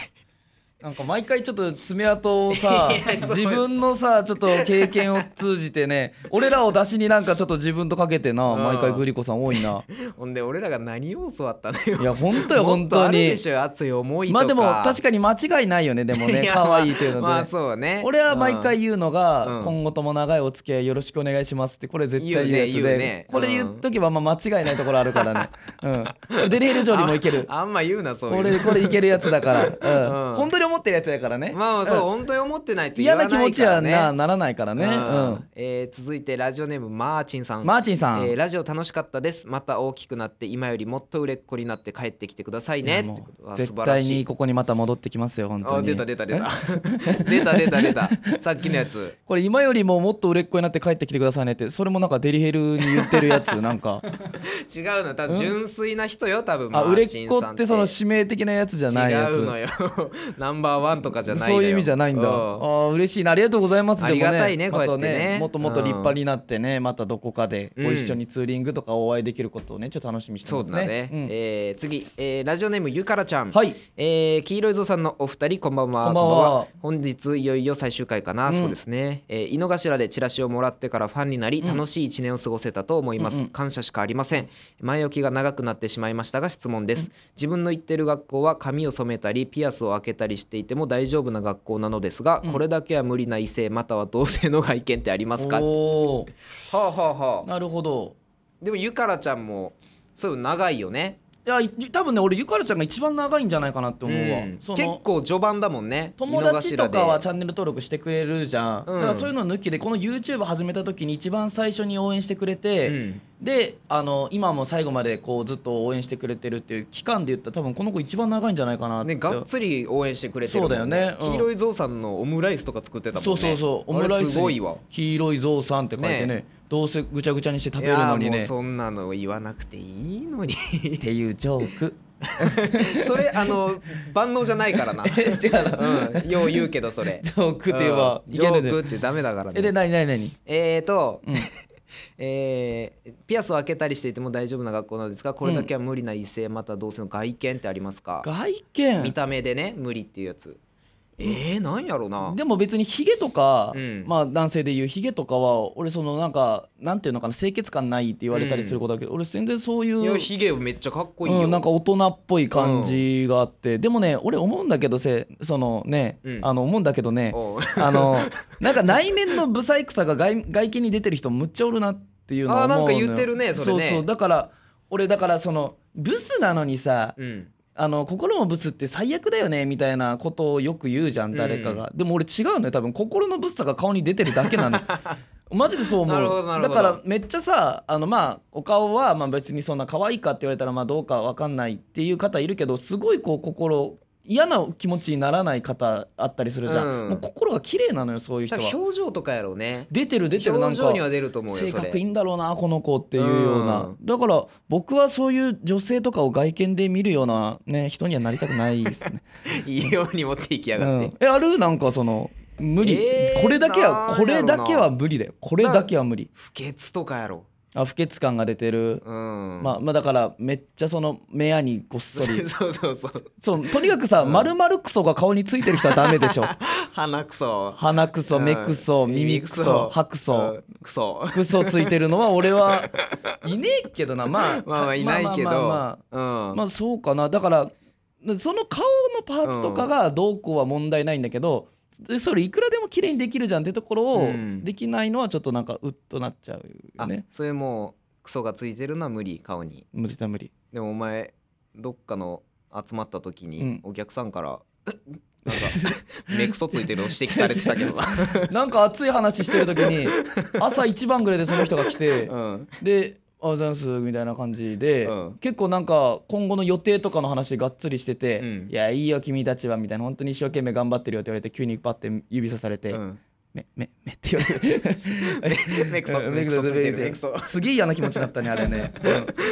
[SPEAKER 1] なんか毎回ちょっと爪痕をさ
[SPEAKER 2] いやそう
[SPEAKER 1] 自分のさちょっと経験を通じてね俺らを出しになんかちょっと自分とかけてな
[SPEAKER 2] うん
[SPEAKER 1] 毎回グリコさん多いな
[SPEAKER 2] ほんで俺らが何要素あったのよ
[SPEAKER 1] いや本当よ
[SPEAKER 2] も
[SPEAKER 1] 本
[SPEAKER 2] っと
[SPEAKER 1] 当
[SPEAKER 2] ある
[SPEAKER 1] に
[SPEAKER 2] でしょ熱い思いと
[SPEAKER 1] ま
[SPEAKER 2] か
[SPEAKER 1] あでも確
[SPEAKER 2] か
[SPEAKER 1] かに間違いないよねでも ね
[SPEAKER 2] や
[SPEAKER 1] 可愛いというので、
[SPEAKER 2] まあそうね
[SPEAKER 1] 俺は毎回言うのが、
[SPEAKER 2] うん
[SPEAKER 1] 今後とも長いお付き合いよろしくお願いしますってこれ絶対言うやつで
[SPEAKER 2] 言うね言うね
[SPEAKER 1] これ言っとけばまあ間違いないところあるからね、うん、デリヘル
[SPEAKER 2] う
[SPEAKER 1] 城
[SPEAKER 2] ん
[SPEAKER 1] にもいける
[SPEAKER 2] ああんま言うなそういうの
[SPEAKER 1] これこれいけるやつだから、うん
[SPEAKER 2] うん
[SPEAKER 1] 本当に思ってるやつやからね、
[SPEAKER 2] まあそう、
[SPEAKER 1] ん
[SPEAKER 2] 本当に思ってないと言
[SPEAKER 1] 嫌
[SPEAKER 2] わな
[SPEAKER 1] ない気
[SPEAKER 2] から、ね、
[SPEAKER 1] 持ちはなならないからね、
[SPEAKER 2] うん
[SPEAKER 1] うん
[SPEAKER 2] えー続いてラジオネームマーチンさん、
[SPEAKER 1] マーチンさん、
[SPEAKER 2] えーラジオ楽しかったですまた大きくなって今よりもっと売れっ子になって帰ってきてください
[SPEAKER 1] いや
[SPEAKER 2] ね
[SPEAKER 1] もう
[SPEAKER 2] ってことは
[SPEAKER 1] 絶
[SPEAKER 2] 素晴ら
[SPEAKER 1] 対
[SPEAKER 2] し
[SPEAKER 1] に
[SPEAKER 2] い
[SPEAKER 1] ここにまた戻ってきますよ本当
[SPEAKER 2] あ
[SPEAKER 1] に
[SPEAKER 2] 出た出た出た 出た出た出たさっきのやつ
[SPEAKER 1] これ今よりももっと売れっ子になって帰ってきてくださいねってそれもなんかデリヘルに言ってるやつなん か
[SPEAKER 2] 違うな多分純粋な人よ多分マ
[SPEAKER 1] あ売れ
[SPEAKER 2] ー
[SPEAKER 1] っ
[SPEAKER 2] チン
[SPEAKER 1] 子
[SPEAKER 2] さん
[SPEAKER 1] ってその指名的なやつじゃないやつ
[SPEAKER 2] 違うのよ ナンバーワンとかじゃないの
[SPEAKER 1] そ
[SPEAKER 2] よ
[SPEAKER 1] ういう意味じゃないんだ。
[SPEAKER 2] う
[SPEAKER 1] ああ嬉しいなありがとうございます。
[SPEAKER 2] ありがたいね
[SPEAKER 1] でも
[SPEAKER 2] こうやってね
[SPEAKER 1] またもっともっと立派になってね、またどこかで
[SPEAKER 2] うん
[SPEAKER 1] ご一緒にツーリングとかお会いできることをねちょっと楽しみにして
[SPEAKER 2] そ
[SPEAKER 1] ま
[SPEAKER 2] う
[SPEAKER 1] す
[SPEAKER 2] だ
[SPEAKER 1] ね。
[SPEAKER 2] ね
[SPEAKER 1] うん
[SPEAKER 2] えー次、えーラジオネームゆからちゃん
[SPEAKER 1] はい。
[SPEAKER 2] えー黄色いぞさんのお二人こんばんは
[SPEAKER 1] こんばんは
[SPEAKER 2] 本日いよいよ最終回かな、
[SPEAKER 1] うん
[SPEAKER 2] そうですね、えー井の頭でチラシをもらってからファンになり
[SPEAKER 1] ん
[SPEAKER 2] 楽しい一年を過ごせたと思います、
[SPEAKER 1] うんうん
[SPEAKER 2] 感謝しかありません前置きが長くなってしまいましたが質問です、自分の行ってる学校は髪を染めたりピアスを開けたりしていても大丈夫な学校なのですが、
[SPEAKER 1] うん
[SPEAKER 2] これだけは無理な異性または同性の外見ってありますかは
[SPEAKER 1] おー
[SPEAKER 2] あはあはあ
[SPEAKER 1] なるほど。
[SPEAKER 2] でもゆからちゃんもそういうの長いよね
[SPEAKER 1] いやい多分ね俺ゆかるちゃんが一番長いんじゃないかなって思うわ。
[SPEAKER 2] うん
[SPEAKER 1] そ
[SPEAKER 2] 結
[SPEAKER 1] の
[SPEAKER 2] 構序盤だもんね
[SPEAKER 1] 友達とかは
[SPEAKER 2] 井の頭で
[SPEAKER 1] チャンネル登録してくれるじゃん、
[SPEAKER 2] うん
[SPEAKER 1] だからそういうの抜きでこの YouTube 始めた時に一番最初に応援してくれて、
[SPEAKER 2] うん
[SPEAKER 1] であの今も最後までこうずっと応援してくれてるっていう期間で言ったら多分この子一番長いんじゃないかなって、
[SPEAKER 2] ね、がっつり応援してくれてるもん
[SPEAKER 1] そうだよねうん
[SPEAKER 2] 黄色いゾウさんのオムライスとか作ってたもんね
[SPEAKER 1] そうそうそうオムライス
[SPEAKER 2] あれ
[SPEAKER 1] に
[SPEAKER 2] すごいわ
[SPEAKER 1] 黄色いゾウさんって書いてね
[SPEAKER 2] ね
[SPEAKER 1] どうせぐちゃぐちゃにして食
[SPEAKER 2] い
[SPEAKER 1] べる
[SPEAKER 2] や
[SPEAKER 1] の
[SPEAKER 2] ー
[SPEAKER 1] に
[SPEAKER 2] もう
[SPEAKER 1] ねっ
[SPEAKER 2] そんなの言わなくていいのに
[SPEAKER 1] ていうジョーク
[SPEAKER 2] それ あの万能じゃないからな、
[SPEAKER 1] え違うな
[SPEAKER 2] うん、よう言うけどそ れ
[SPEAKER 1] ジョークって言えば
[SPEAKER 2] うん
[SPEAKER 1] い
[SPEAKER 2] ジ
[SPEAKER 1] け
[SPEAKER 2] ョ
[SPEAKER 1] るじ
[SPEAKER 2] ー
[SPEAKER 1] ゃ
[SPEAKER 2] ク
[SPEAKER 1] ん
[SPEAKER 2] ってダメだから
[SPEAKER 1] えで
[SPEAKER 2] ね
[SPEAKER 1] 何何何
[SPEAKER 2] えーと、
[SPEAKER 1] うん
[SPEAKER 2] えーピアスを開けたりしていても大丈夫な学校なんですがこれだけは無理な異性また同性の外見ってありますか、
[SPEAKER 1] 外
[SPEAKER 2] 見
[SPEAKER 1] 見
[SPEAKER 2] た目でね無理っていうやつえー、なんやろな
[SPEAKER 1] でも別にヒゲとか、
[SPEAKER 2] うん
[SPEAKER 1] まあ男性で言うヒゲとかは俺そのなんかなんていうのかな清潔感ないって言われたりすることだけど、俺全然そういう
[SPEAKER 2] いやヒゲめっちゃかっこいいよ、
[SPEAKER 1] うん、なんか大人っぽい感じがあって、でもね俺思うんだけどせそのね、
[SPEAKER 2] うん
[SPEAKER 1] あの思うんだけどね
[SPEAKER 2] おう
[SPEAKER 1] あのなんか内面の不細工さが外外見に出てる人むっちゃおるなっていうのは
[SPEAKER 2] あー
[SPEAKER 1] 思うのよ
[SPEAKER 2] なんか言ってるねそれね
[SPEAKER 1] うそうだから俺だからそのブスなのにさ
[SPEAKER 2] うん
[SPEAKER 1] あの心もブスって最悪だよねみたいなことをよく言うじゃん誰かが、でも俺違うのよ多分心のブスさが顔に出てるだけな のマジでそう
[SPEAKER 2] なるほ
[SPEAKER 1] 思
[SPEAKER 2] どな
[SPEAKER 1] う
[SPEAKER 2] るほ
[SPEAKER 1] だ
[SPEAKER 2] ど
[SPEAKER 1] からめっちゃさあのまあお顔はまあ別にそんな可愛いかって言われたらまあどうかわかんないっていう方いるけどすごいこう心嫌な気持ちにならない方あったりするじゃん、
[SPEAKER 2] うん
[SPEAKER 1] もう心が綺麗なのよそういう
[SPEAKER 2] 多
[SPEAKER 1] 人は
[SPEAKER 2] 分表情とかやろうね
[SPEAKER 1] 出てる出てるな
[SPEAKER 2] 表
[SPEAKER 1] ん
[SPEAKER 2] 情
[SPEAKER 1] か
[SPEAKER 2] には出ると思うよ
[SPEAKER 1] 性
[SPEAKER 2] それ
[SPEAKER 1] 格いいんだろうなこの子っていうような、
[SPEAKER 2] うん
[SPEAKER 1] だから僕はそういう女性とかを外見で見るような、ね、人にはなりたくないです ね。
[SPEAKER 2] いいように持っていきやがって、
[SPEAKER 1] うんえあるなんかその無理、
[SPEAKER 2] えー
[SPEAKER 1] これだけは
[SPEAKER 2] なんや
[SPEAKER 1] こ
[SPEAKER 2] ろな
[SPEAKER 1] れだけは無理だよこれだけは無理
[SPEAKER 2] 不潔とかやろ
[SPEAKER 1] あ不潔感が出てる、
[SPEAKER 2] うん
[SPEAKER 1] まあ、まあだからめっちゃその目やにごっそり
[SPEAKER 2] そうそうそう
[SPEAKER 1] そうとにかくさ丸々クソが顔についてる人はダメでし ょ
[SPEAKER 2] 鼻くそ
[SPEAKER 1] 鼻クソ
[SPEAKER 2] うん
[SPEAKER 1] 目クソ耳クソ歯ク
[SPEAKER 2] う
[SPEAKER 1] ソ
[SPEAKER 2] んクソ
[SPEAKER 1] クソついてるのは俺 はいねえけどなまあ
[SPEAKER 2] まあまあいないけ
[SPEAKER 1] まあまあまあまあ
[SPEAKER 2] どうん
[SPEAKER 1] まあそうかなだからその顔のパーツとかがどうこうは問題ないんだけど、それいくらでも綺麗にできるじゃんってところ
[SPEAKER 2] う
[SPEAKER 1] を
[SPEAKER 2] ん
[SPEAKER 1] できないのはちょっとなんかうっとなっちゃうよ
[SPEAKER 2] あ
[SPEAKER 1] ね。
[SPEAKER 2] それもうクソがついてるのは無理顔に
[SPEAKER 1] 無理だ無理。
[SPEAKER 2] でもお前どっかの集まった時
[SPEAKER 1] う
[SPEAKER 2] に
[SPEAKER 1] ん
[SPEAKER 2] お客さんから「なんか目くそついてる」を指摘されてたけどな
[SPEAKER 1] なんか熱い話してる時 に朝一番ぐらいでその人が来て
[SPEAKER 2] うん
[SPEAKER 1] で「あざんす」みたいな感じで、
[SPEAKER 2] うん
[SPEAKER 1] 結構なんか今後の予定とかの話がっつりしてて「
[SPEAKER 2] うん
[SPEAKER 1] いやいいよ君たちは」みたいな本当に一生懸命頑張ってるよって言われて急にパッて指さされて「
[SPEAKER 2] うん
[SPEAKER 1] めめめ」って言われ て。
[SPEAKER 2] 目目くそ
[SPEAKER 1] うん
[SPEAKER 2] 目くそついてる
[SPEAKER 1] 目
[SPEAKER 2] 目
[SPEAKER 1] く
[SPEAKER 2] く
[SPEAKER 1] そ
[SPEAKER 2] そ
[SPEAKER 1] すげえ嫌な気持ちになったねあれ ね、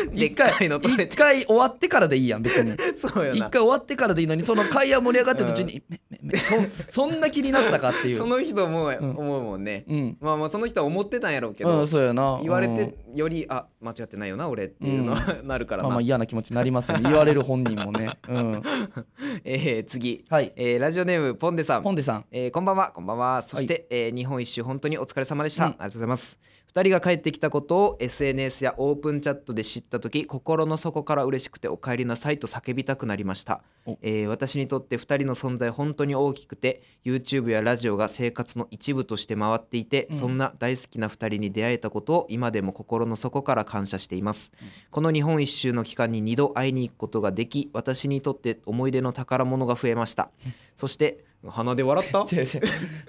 [SPEAKER 1] うん
[SPEAKER 2] でっかいの取れて
[SPEAKER 1] 一回一回終わってからでいいやん別に
[SPEAKER 2] そうよ
[SPEAKER 1] 一
[SPEAKER 2] な
[SPEAKER 1] 回終わってからでいいのにその会話盛り上がってる途中 に、めめめそそんな気になったかっていう
[SPEAKER 2] その人も
[SPEAKER 1] ん
[SPEAKER 2] 思うもんね
[SPEAKER 1] うん、
[SPEAKER 2] まあまあその人は思ってたんやろうけ
[SPEAKER 1] う
[SPEAKER 2] ど
[SPEAKER 1] ん、そうやな
[SPEAKER 2] 言われ
[SPEAKER 1] うん
[SPEAKER 2] てよりあ間違ってないよな俺っていうのは なるから
[SPEAKER 1] まあまあ
[SPEAKER 2] な
[SPEAKER 1] 嫌な気持ちになりますよね言われる本人もね、うん、
[SPEAKER 2] えー次
[SPEAKER 1] はい
[SPEAKER 2] えーラジオネームポンデさん
[SPEAKER 1] ポンデさん
[SPEAKER 2] えーこんばんはこんばんはそして、えー日本一周本当にお疲れ様でした、
[SPEAKER 1] うん
[SPEAKER 2] ありがとうございます2人が帰ってきたことを SNS やオープンチャットで知った時心の底から嬉しくて「お帰りなさい」と叫びたくなりました
[SPEAKER 1] お、
[SPEAKER 2] えー私にとって2人の存在本当に大きくて YouTube やラジオが生活の一部として回っていて、
[SPEAKER 1] うん
[SPEAKER 2] そんな大好きな2人に出会えたことを今でも心の底から感謝しています、この日本一周の期間に2度会いに行くことができ私にとって思い出の宝物が増えましたそして鼻で笑った
[SPEAKER 1] 違う違う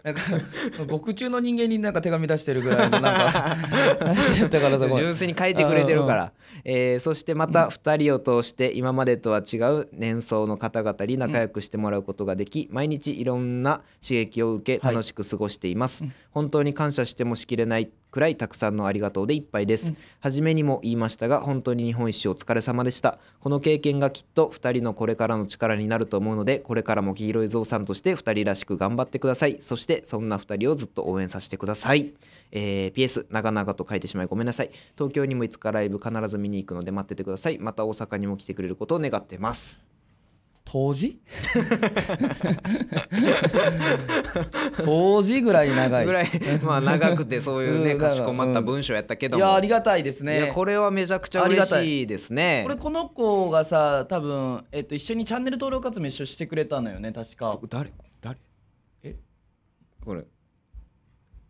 [SPEAKER 1] なんか 獄中の人間になんか手紙出してるぐらいの なんか話やったからさこれ
[SPEAKER 2] 純粋に書いてくれてるから、えーそしてまた2人を通して今までとは違う年層の方々に仲良くしてもらうことができ、毎日いろんな刺激を受け
[SPEAKER 1] はい
[SPEAKER 2] 楽しく過ごしています、
[SPEAKER 1] うん
[SPEAKER 2] 本当に感謝してもしきれないくらいたくさんのありがとうでいっぱいです、
[SPEAKER 1] うん
[SPEAKER 2] 初めにも言いましたが本当に日本一周お疲れ様でしたこの経験がきっと2人のこれからの力になると思うのでこれからも黄色いぞうさんとして2人らしく頑張ってくださいそしてそんな2人をずっと応援させてくださいえー PS 長々と書いてしまいごめんなさい東京にもいつかライブ必ず見に行くので待っててくださいまた大阪にも来てくれることを願ってます
[SPEAKER 1] 当時当時ぐらい長い
[SPEAKER 2] ぐらい まあ長くてそういう
[SPEAKER 1] う
[SPEAKER 2] ね
[SPEAKER 1] んだ
[SPEAKER 2] か
[SPEAKER 1] から
[SPEAKER 2] しこまった文章やったけど
[SPEAKER 1] い
[SPEAKER 2] も、
[SPEAKER 1] やありがたいです
[SPEAKER 2] い
[SPEAKER 1] ね
[SPEAKER 2] やこれはめちゃくちゃ嬉しいですね
[SPEAKER 1] これこの子がさ多分、えっと、一緒にチャンネル登録活動も一緒してくれたのよね確か
[SPEAKER 2] 誰誰
[SPEAKER 1] え
[SPEAKER 2] これ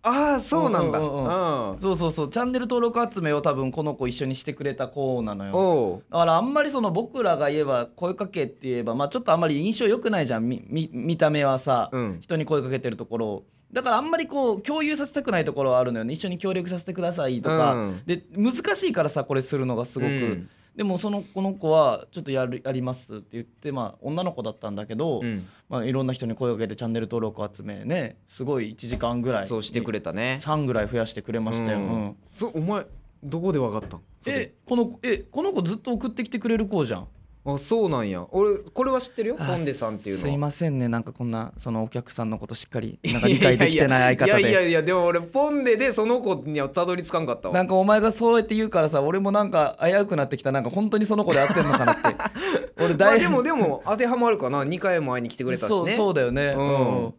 [SPEAKER 2] ああそうなんだ
[SPEAKER 1] う
[SPEAKER 2] うん
[SPEAKER 1] うんうんそうそうそうチャンネル登録集めを多分この子一緒にしてくれた子なのよ
[SPEAKER 2] おう
[SPEAKER 1] だからあんまりその僕らが言えば声かけって言えばまあちょっとあんまり印象良くないじゃんみみ見た目はさ、
[SPEAKER 2] うん
[SPEAKER 1] 人に声かけてるところをだからあんまりこう共有させたくないところはあるのよね一緒に協力させてくださいとか、
[SPEAKER 2] うん
[SPEAKER 1] で難しいからさこれするのがすごく、
[SPEAKER 2] うん
[SPEAKER 1] でもそのこの子はちょっとやるやりますって言ってまあ女の子だったんだけど、
[SPEAKER 2] うん
[SPEAKER 1] まあ、いろんな人に声をかけてチャンネル登録を集めねすごい1時間ぐらい
[SPEAKER 2] そうしてくれたね
[SPEAKER 1] 3ぐらい増やしてくれましたよ、
[SPEAKER 2] う
[SPEAKER 1] うんん
[SPEAKER 2] そお前どこでわかったんそれ
[SPEAKER 1] えこのえこの子ずっと送ってきてくれる子じゃん
[SPEAKER 2] あそうなんや俺これは知ってるよポンデさんっていうの
[SPEAKER 1] す
[SPEAKER 2] はい
[SPEAKER 1] ませんねなんかこんなそのお客さんのことしっかりなんか理解できてない相方
[SPEAKER 2] いやいや
[SPEAKER 1] で
[SPEAKER 2] いやでも俺ポンデでその子にはたどり着かんかったわ
[SPEAKER 1] なんかお前がそうやって言うからさ俺もなんか危うくなってきたなんか本当にその子で合ってんのかなって 俺
[SPEAKER 2] まあ
[SPEAKER 1] 大
[SPEAKER 2] でもでも当てはまるかな2回も会いに来てくれたし
[SPEAKER 1] そう
[SPEAKER 2] ね
[SPEAKER 1] そうだよね、
[SPEAKER 2] うん
[SPEAKER 1] うん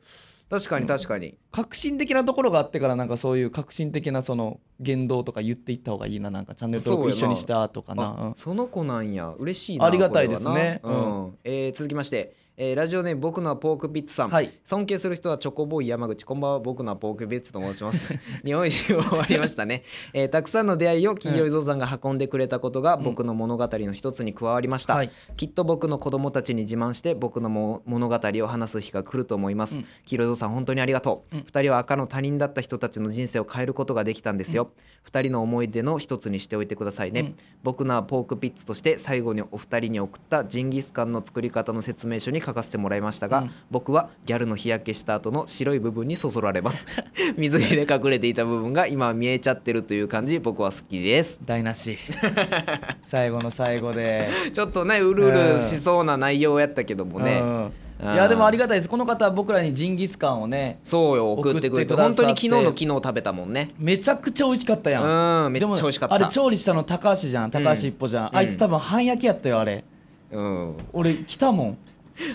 [SPEAKER 2] 確かに確かに
[SPEAKER 1] 革新的なところがあってからなんかそういう革新的なその言動とか言っていった方がいいななんかチャンネル登録
[SPEAKER 2] そう
[SPEAKER 1] 一
[SPEAKER 2] や
[SPEAKER 1] 緒
[SPEAKER 2] な
[SPEAKER 1] にしたとかな、う
[SPEAKER 2] あ
[SPEAKER 1] ん
[SPEAKER 2] その子なんや嬉しいな
[SPEAKER 1] ありがたいですね
[SPEAKER 2] これはなうんえー続きましてえーラジオネーム僕のはポークピッツさん、
[SPEAKER 1] はい
[SPEAKER 2] 尊敬する人はチョコボーイ山口こんばんは僕のはポークピッツと申します 日本一周終わりましたね、えーたくさんの出会いを黄色いぞうさんが運んでくれたことが僕の物語の一つに加わりました、
[SPEAKER 1] はい
[SPEAKER 2] きっと僕の子供たちに自慢して僕のも物語を話す日が来ると思います、
[SPEAKER 1] うん
[SPEAKER 2] 黄色いぞうさん本当にありがとう、
[SPEAKER 1] うん
[SPEAKER 2] 2人は赤の他人だった人たちの人生を変えることができたんですよ、2人の思い出の一つにしておいてくださいね、
[SPEAKER 1] うん
[SPEAKER 2] 僕のはポークピッツとして最後にお二人に送ったジンギスカンの作り方の説明書に書かせてもらいましたが、
[SPEAKER 1] うん
[SPEAKER 2] 僕はギャルの日焼けした後の白い部分にそそられます 水着で隠れていた部分が今は見えちゃってるという感じ僕は好きです
[SPEAKER 1] 台無 し最後の最後で
[SPEAKER 2] ちょっとねうるうるしそうな内容やったけどもね、
[SPEAKER 1] うん
[SPEAKER 2] うん
[SPEAKER 1] いやでもありがたいですこの方は僕らにジンギスカンをね
[SPEAKER 2] そうよ送ってく
[SPEAKER 1] 送って
[SPEAKER 2] れて
[SPEAKER 1] くださっ
[SPEAKER 2] 本
[SPEAKER 1] て
[SPEAKER 2] 当に昨日の昨日食べたもんね
[SPEAKER 1] めちゃくちゃ美味しかったやん
[SPEAKER 2] うんめっちゃ美味しかった
[SPEAKER 1] でもあれ調理したの高橋じゃん高橋一歩じゃん、
[SPEAKER 2] うん
[SPEAKER 1] あいつ多分半焼きやったよあれ
[SPEAKER 2] うん
[SPEAKER 1] 俺来たも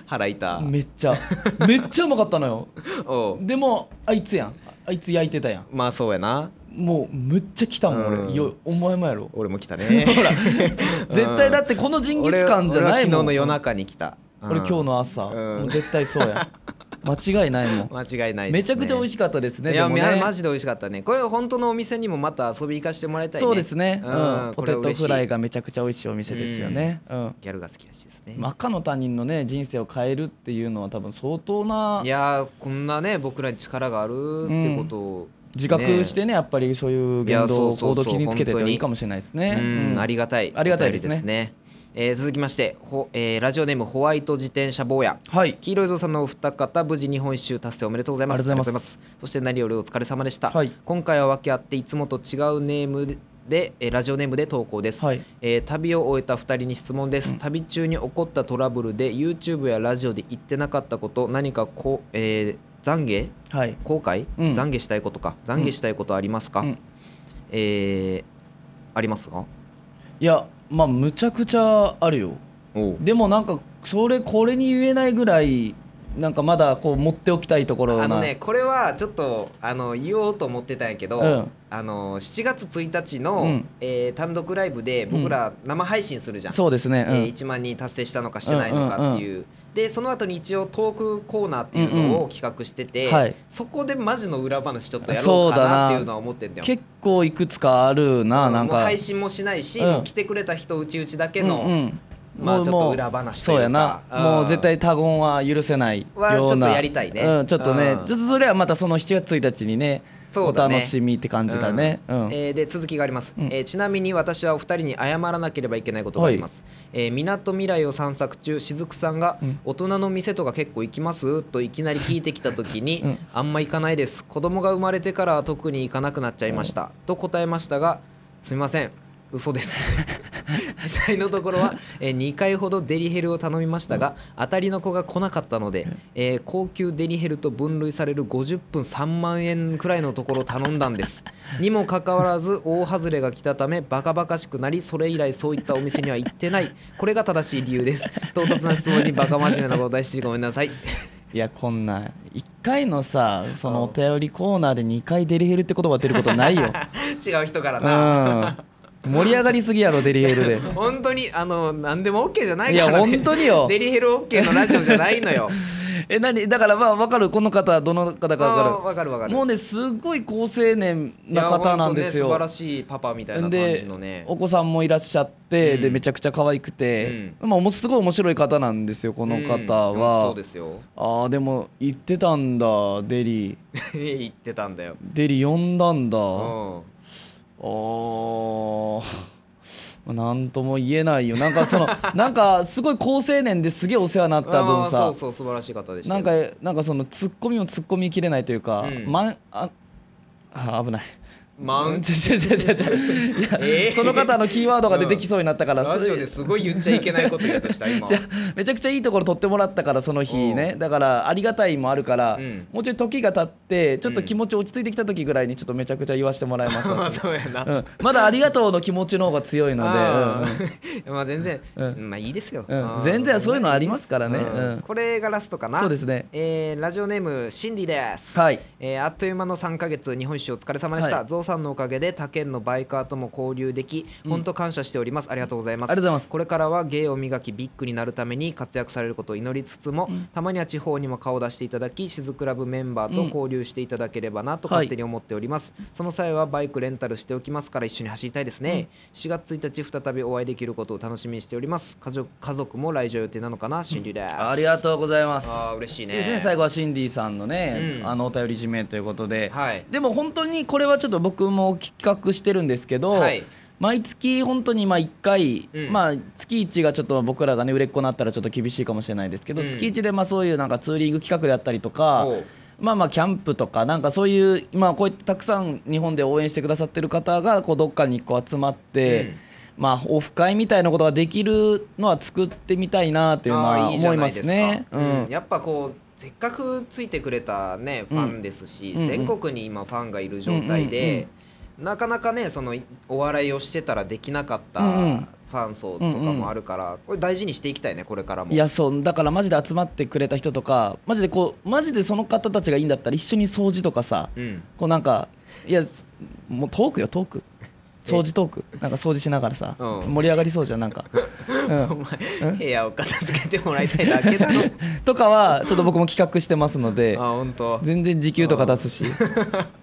[SPEAKER 2] 腹痛
[SPEAKER 1] んめっちゃめっちゃうまかったのよ
[SPEAKER 2] おう
[SPEAKER 1] でもあいつやんあいつ焼いてたやん
[SPEAKER 2] まあそうやな
[SPEAKER 1] もうむっちゃ来たもん俺、
[SPEAKER 2] うん
[SPEAKER 1] よお前もやろ
[SPEAKER 2] 俺も来 たねほら
[SPEAKER 1] 絶対だってこのジンギスカンじゃないもん
[SPEAKER 2] 俺は昨日の夜中に来た、
[SPEAKER 1] 俺今日の朝、
[SPEAKER 2] うん
[SPEAKER 1] もう絶対そう や間違いないもん、
[SPEAKER 2] 日間違いないですね、
[SPEAKER 1] めちゃくちゃ美味しかったですね
[SPEAKER 2] い
[SPEAKER 1] で
[SPEAKER 2] や、
[SPEAKER 1] もね
[SPEAKER 2] マジで美味しかったねこれ本当のお店にもまた遊び行かしてもらいたいね
[SPEAKER 1] そうですね、うん、ポ
[SPEAKER 2] こ
[SPEAKER 1] テ
[SPEAKER 2] れ
[SPEAKER 1] ト
[SPEAKER 2] 嬉しい
[SPEAKER 1] フライがめちゃくちゃ美味しいお店ですよね、うん
[SPEAKER 2] ギャルが好きらしいですね、
[SPEAKER 1] 真っ赤の他人のね人生を変えるっていうのは多分相当ない
[SPEAKER 2] やーこんなね僕らに力があるってことを、
[SPEAKER 1] 自覚してねやっぱりそういう言動
[SPEAKER 2] いやそうそう
[SPEAKER 1] 行動
[SPEAKER 2] そう
[SPEAKER 1] を気につけて
[SPEAKER 2] 本当
[SPEAKER 1] て
[SPEAKER 2] に
[SPEAKER 1] いいかもしれないです
[SPEAKER 2] う
[SPEAKER 1] ね。
[SPEAKER 2] んありがたい
[SPEAKER 1] ありがたいですね
[SPEAKER 2] お便りえー続きましてほ、えーラジオネームホワイト自転車坊や
[SPEAKER 1] はい
[SPEAKER 2] 黄色いぞさんのお二方無事日本一周達成おめでとうございます
[SPEAKER 1] ありがとうございま
[SPEAKER 2] ありがとうございますそして何よりお疲れ様でした、
[SPEAKER 1] はい
[SPEAKER 2] 今回は分け合っていつもと違うネームでえーラジオネームで投稿です、
[SPEAKER 1] はい
[SPEAKER 2] えー旅を終えた2人に質問です、旅中に起こったトラブルで YouTube やラジオで言ってなかったこと何かこう、えー、懺悔
[SPEAKER 1] はい
[SPEAKER 2] 後悔、
[SPEAKER 1] うん
[SPEAKER 2] 懺悔したいことか懺悔したいことありますか、
[SPEAKER 1] うん
[SPEAKER 2] えーありますか
[SPEAKER 1] いやまあむちゃくちゃあるよ
[SPEAKER 2] お
[SPEAKER 1] でもなんかそれこれに言えないぐらいなんかまだこう持っておきたいところな
[SPEAKER 2] あのねこれはちょっとあの言おうと思ってたんやけど、
[SPEAKER 1] うん
[SPEAKER 2] あの7月1日の、
[SPEAKER 1] うん
[SPEAKER 2] えー単独ライブで僕ら生配信するじゃん、
[SPEAKER 1] そうですね、うん
[SPEAKER 2] えー1万人達成したのかしてないのかっていう,、でその後に一応トークコーナーっていうの
[SPEAKER 1] うんう
[SPEAKER 2] を企画してて、
[SPEAKER 1] はい
[SPEAKER 2] そこでマジの裏話ちょっとやろうかなっていうのは思ってんだよ。
[SPEAKER 1] 結構いくつかあるな
[SPEAKER 2] あの
[SPEAKER 1] なん
[SPEAKER 2] もう
[SPEAKER 1] か
[SPEAKER 2] 配信もしないし、
[SPEAKER 1] うん
[SPEAKER 2] 来てくれた人うちうちだけ
[SPEAKER 1] うん
[SPEAKER 2] の、
[SPEAKER 1] うん
[SPEAKER 2] まあ
[SPEAKER 1] もう
[SPEAKER 2] ちょっ
[SPEAKER 1] も
[SPEAKER 2] と
[SPEAKER 1] う
[SPEAKER 2] 裏話と
[SPEAKER 1] そ
[SPEAKER 2] い
[SPEAKER 1] うう
[SPEAKER 2] か
[SPEAKER 1] やな
[SPEAKER 2] うん
[SPEAKER 1] もう絶対他言は許せないような
[SPEAKER 2] はちょっとやりたいね
[SPEAKER 1] うん、ちょっとね、
[SPEAKER 2] うん
[SPEAKER 1] ちょっとそれはまたその7月1日にね
[SPEAKER 2] そう
[SPEAKER 1] お
[SPEAKER 2] だね
[SPEAKER 1] 楽しみって感じだね、うん
[SPEAKER 2] えーで続きがあります、
[SPEAKER 1] うん
[SPEAKER 2] えーちなみに私はお二人に謝らなければいけないことがあります、えー港未来を散策中しずくさんが、
[SPEAKER 1] うん
[SPEAKER 2] 大人の店とか結構行きます?」といきなり聞いてきた時に「
[SPEAKER 1] うん
[SPEAKER 2] あんま行かないです子供が生まれてからは特に行かなくなっちゃいました」と答えましたが「すみません嘘です」 実際のところは、えー2回ほどデリヘルを頼みましたが、当たりの子が来なかったので、えー高級デリヘルと分類される50分3万円くらいのところを頼んだ んですにもかかわらず大外れが来たためバカバカしくなりそれ以来そういったお店には行ってないこれが正しい理由です唐突な質問にバカ真面目な答えしてごめんなさい
[SPEAKER 1] いやこんなん1回のさそのお便りコーナーで2回デリヘルって言葉出ることないよ、
[SPEAKER 2] 違う人からな、
[SPEAKER 1] うん、盛り上がりすぎやろデリヘルで
[SPEAKER 2] 本当にあの何でも OK じゃない
[SPEAKER 1] い
[SPEAKER 2] か
[SPEAKER 1] や
[SPEAKER 2] ら、ね、
[SPEAKER 1] 本当によ
[SPEAKER 2] デリヘル OK のラジオじゃない のよ
[SPEAKER 1] え何だからまあ分かるこの方はどの方か分
[SPEAKER 2] あー
[SPEAKER 1] か
[SPEAKER 2] わかるわか
[SPEAKER 1] る
[SPEAKER 2] る
[SPEAKER 1] もうねすごい高青年ない
[SPEAKER 2] や
[SPEAKER 1] 方なんですよ
[SPEAKER 2] 本当ね素晴らしいパパみたいな感
[SPEAKER 1] で
[SPEAKER 2] じのね
[SPEAKER 1] お子さんもいらっしゃって、
[SPEAKER 2] うん
[SPEAKER 1] でめちゃくちゃ可愛くて、まあ、もうすごい面白い方なんですよこの方
[SPEAKER 2] うん
[SPEAKER 1] は、
[SPEAKER 2] そうですよ
[SPEAKER 1] ああでも行ってたんだデリー
[SPEAKER 2] 言ってたんだよ
[SPEAKER 1] デリー呼んだんだ
[SPEAKER 2] う
[SPEAKER 1] あ
[SPEAKER 2] ん
[SPEAKER 1] ーまあなんとも言えないよなんかそのなんかすごい好青年ですげえお世話になった分
[SPEAKER 2] あーそ
[SPEAKER 1] さ
[SPEAKER 2] うそう素晴らしい方でした
[SPEAKER 1] なん
[SPEAKER 2] よ
[SPEAKER 1] かなんかそのツッコミもツッコミきれないというか、
[SPEAKER 2] うん
[SPEAKER 1] まんああ危ない
[SPEAKER 2] マウ ン
[SPEAKER 1] ちょちょちょちょちょいや、
[SPEAKER 2] えー
[SPEAKER 1] その方のキーワードが出てきそうになったから、
[SPEAKER 2] ラジオですごい言っちゃいけないこと言おうと した今
[SPEAKER 1] じゃめちゃくちゃいいところ取ってもらったからその日ねだからありがたいもあるから、
[SPEAKER 2] うん
[SPEAKER 1] もうちょい時が経ってちょっと気持ち落ち着いてきた時ぐらいにちょっとめちゃくちゃ言わせてもらいます
[SPEAKER 2] まあ そうやな、
[SPEAKER 1] うん、まだありがとうの気持ちの方が強いの
[SPEAKER 2] あ
[SPEAKER 1] で、
[SPEAKER 2] ー まあ全然、
[SPEAKER 1] うん
[SPEAKER 2] まあいいですよ、
[SPEAKER 1] うん
[SPEAKER 2] あ
[SPEAKER 1] うん、
[SPEAKER 2] ー
[SPEAKER 1] 全然そういうのありますからね、
[SPEAKER 2] う
[SPEAKER 1] うんん、
[SPEAKER 2] これがラストかな
[SPEAKER 1] そうですね
[SPEAKER 2] えーラジオネームシンディです、
[SPEAKER 1] はい
[SPEAKER 2] えーあっという間の3ヶ月日本一周お疲れ様でした、
[SPEAKER 1] はい
[SPEAKER 2] ゾウさんのおかげで他県のバイカーとも交流でき本当感謝しております、ありがとうございます
[SPEAKER 1] ありがとうございます
[SPEAKER 2] これからは芸を磨きビッグになるために活躍されることを祈りつつも、たまには地方にも顔を出していただきしずクラブメンバーと交流していただければなと勝手に思っております、その際はバイクレンタルしておきますから一緒に走りたいですね、4月1日再びお会いできることを楽しみにしております家族家族も来場予定なのかなシンディです、
[SPEAKER 1] ありがとうございます
[SPEAKER 2] あー嬉しいね
[SPEAKER 1] ですね最後はシンディさんのね、
[SPEAKER 2] うん
[SPEAKER 1] あのお便り締めということで、
[SPEAKER 2] はい
[SPEAKER 1] でも本当にこれはちょっと僕も企画してるんですけど、
[SPEAKER 2] はい
[SPEAKER 1] 毎月本当にまあ1回、
[SPEAKER 2] うん
[SPEAKER 1] まあ月1がちょっと僕らがね売れっ子になったらちょっと厳しいかもしれないですけど、
[SPEAKER 2] うん
[SPEAKER 1] 月1でまあそういうなんかツーリング企画であったりとか
[SPEAKER 2] おう
[SPEAKER 1] まあまあキャンプとかなんかそういうまあこうやってたくさん日本で応援してくださってる方がこうどっかにこう集まって、まあオフ会みたいなことができるのは作ってみたいなっていうの
[SPEAKER 2] あ
[SPEAKER 1] は
[SPEAKER 2] ーいいじ
[SPEAKER 1] 思
[SPEAKER 2] ゃ
[SPEAKER 1] い
[SPEAKER 2] な
[SPEAKER 1] ま
[SPEAKER 2] いですす
[SPEAKER 1] ね。
[SPEAKER 2] か
[SPEAKER 1] う
[SPEAKER 2] う
[SPEAKER 1] ん
[SPEAKER 2] んやっぱこうせっかくついてくれたねファンですし、
[SPEAKER 1] うんうん
[SPEAKER 2] 全国に今ファンがいる状態で、なかなかねそのお笑いをしてたらできなかった
[SPEAKER 1] うんうん
[SPEAKER 2] ファン層とかもあるから、これ大事にしていきたいねこれからも。
[SPEAKER 1] いやそうだからマジで集まってくれた人とかマジでこうマジでその方たちがいいんだったら一緒に掃除とかさ
[SPEAKER 2] うん、
[SPEAKER 1] こうなんかいやもうトークよトーク
[SPEAKER 2] え
[SPEAKER 1] 掃除トークなんか掃除しながらさ、
[SPEAKER 2] うん
[SPEAKER 1] 盛り上がりそうじゃんなんか、うん
[SPEAKER 2] お前 部屋を片付けてもらいたいだ けだろ
[SPEAKER 1] とかはちょっと僕も企画してますので
[SPEAKER 2] あ本当
[SPEAKER 1] 全然時給とか出すし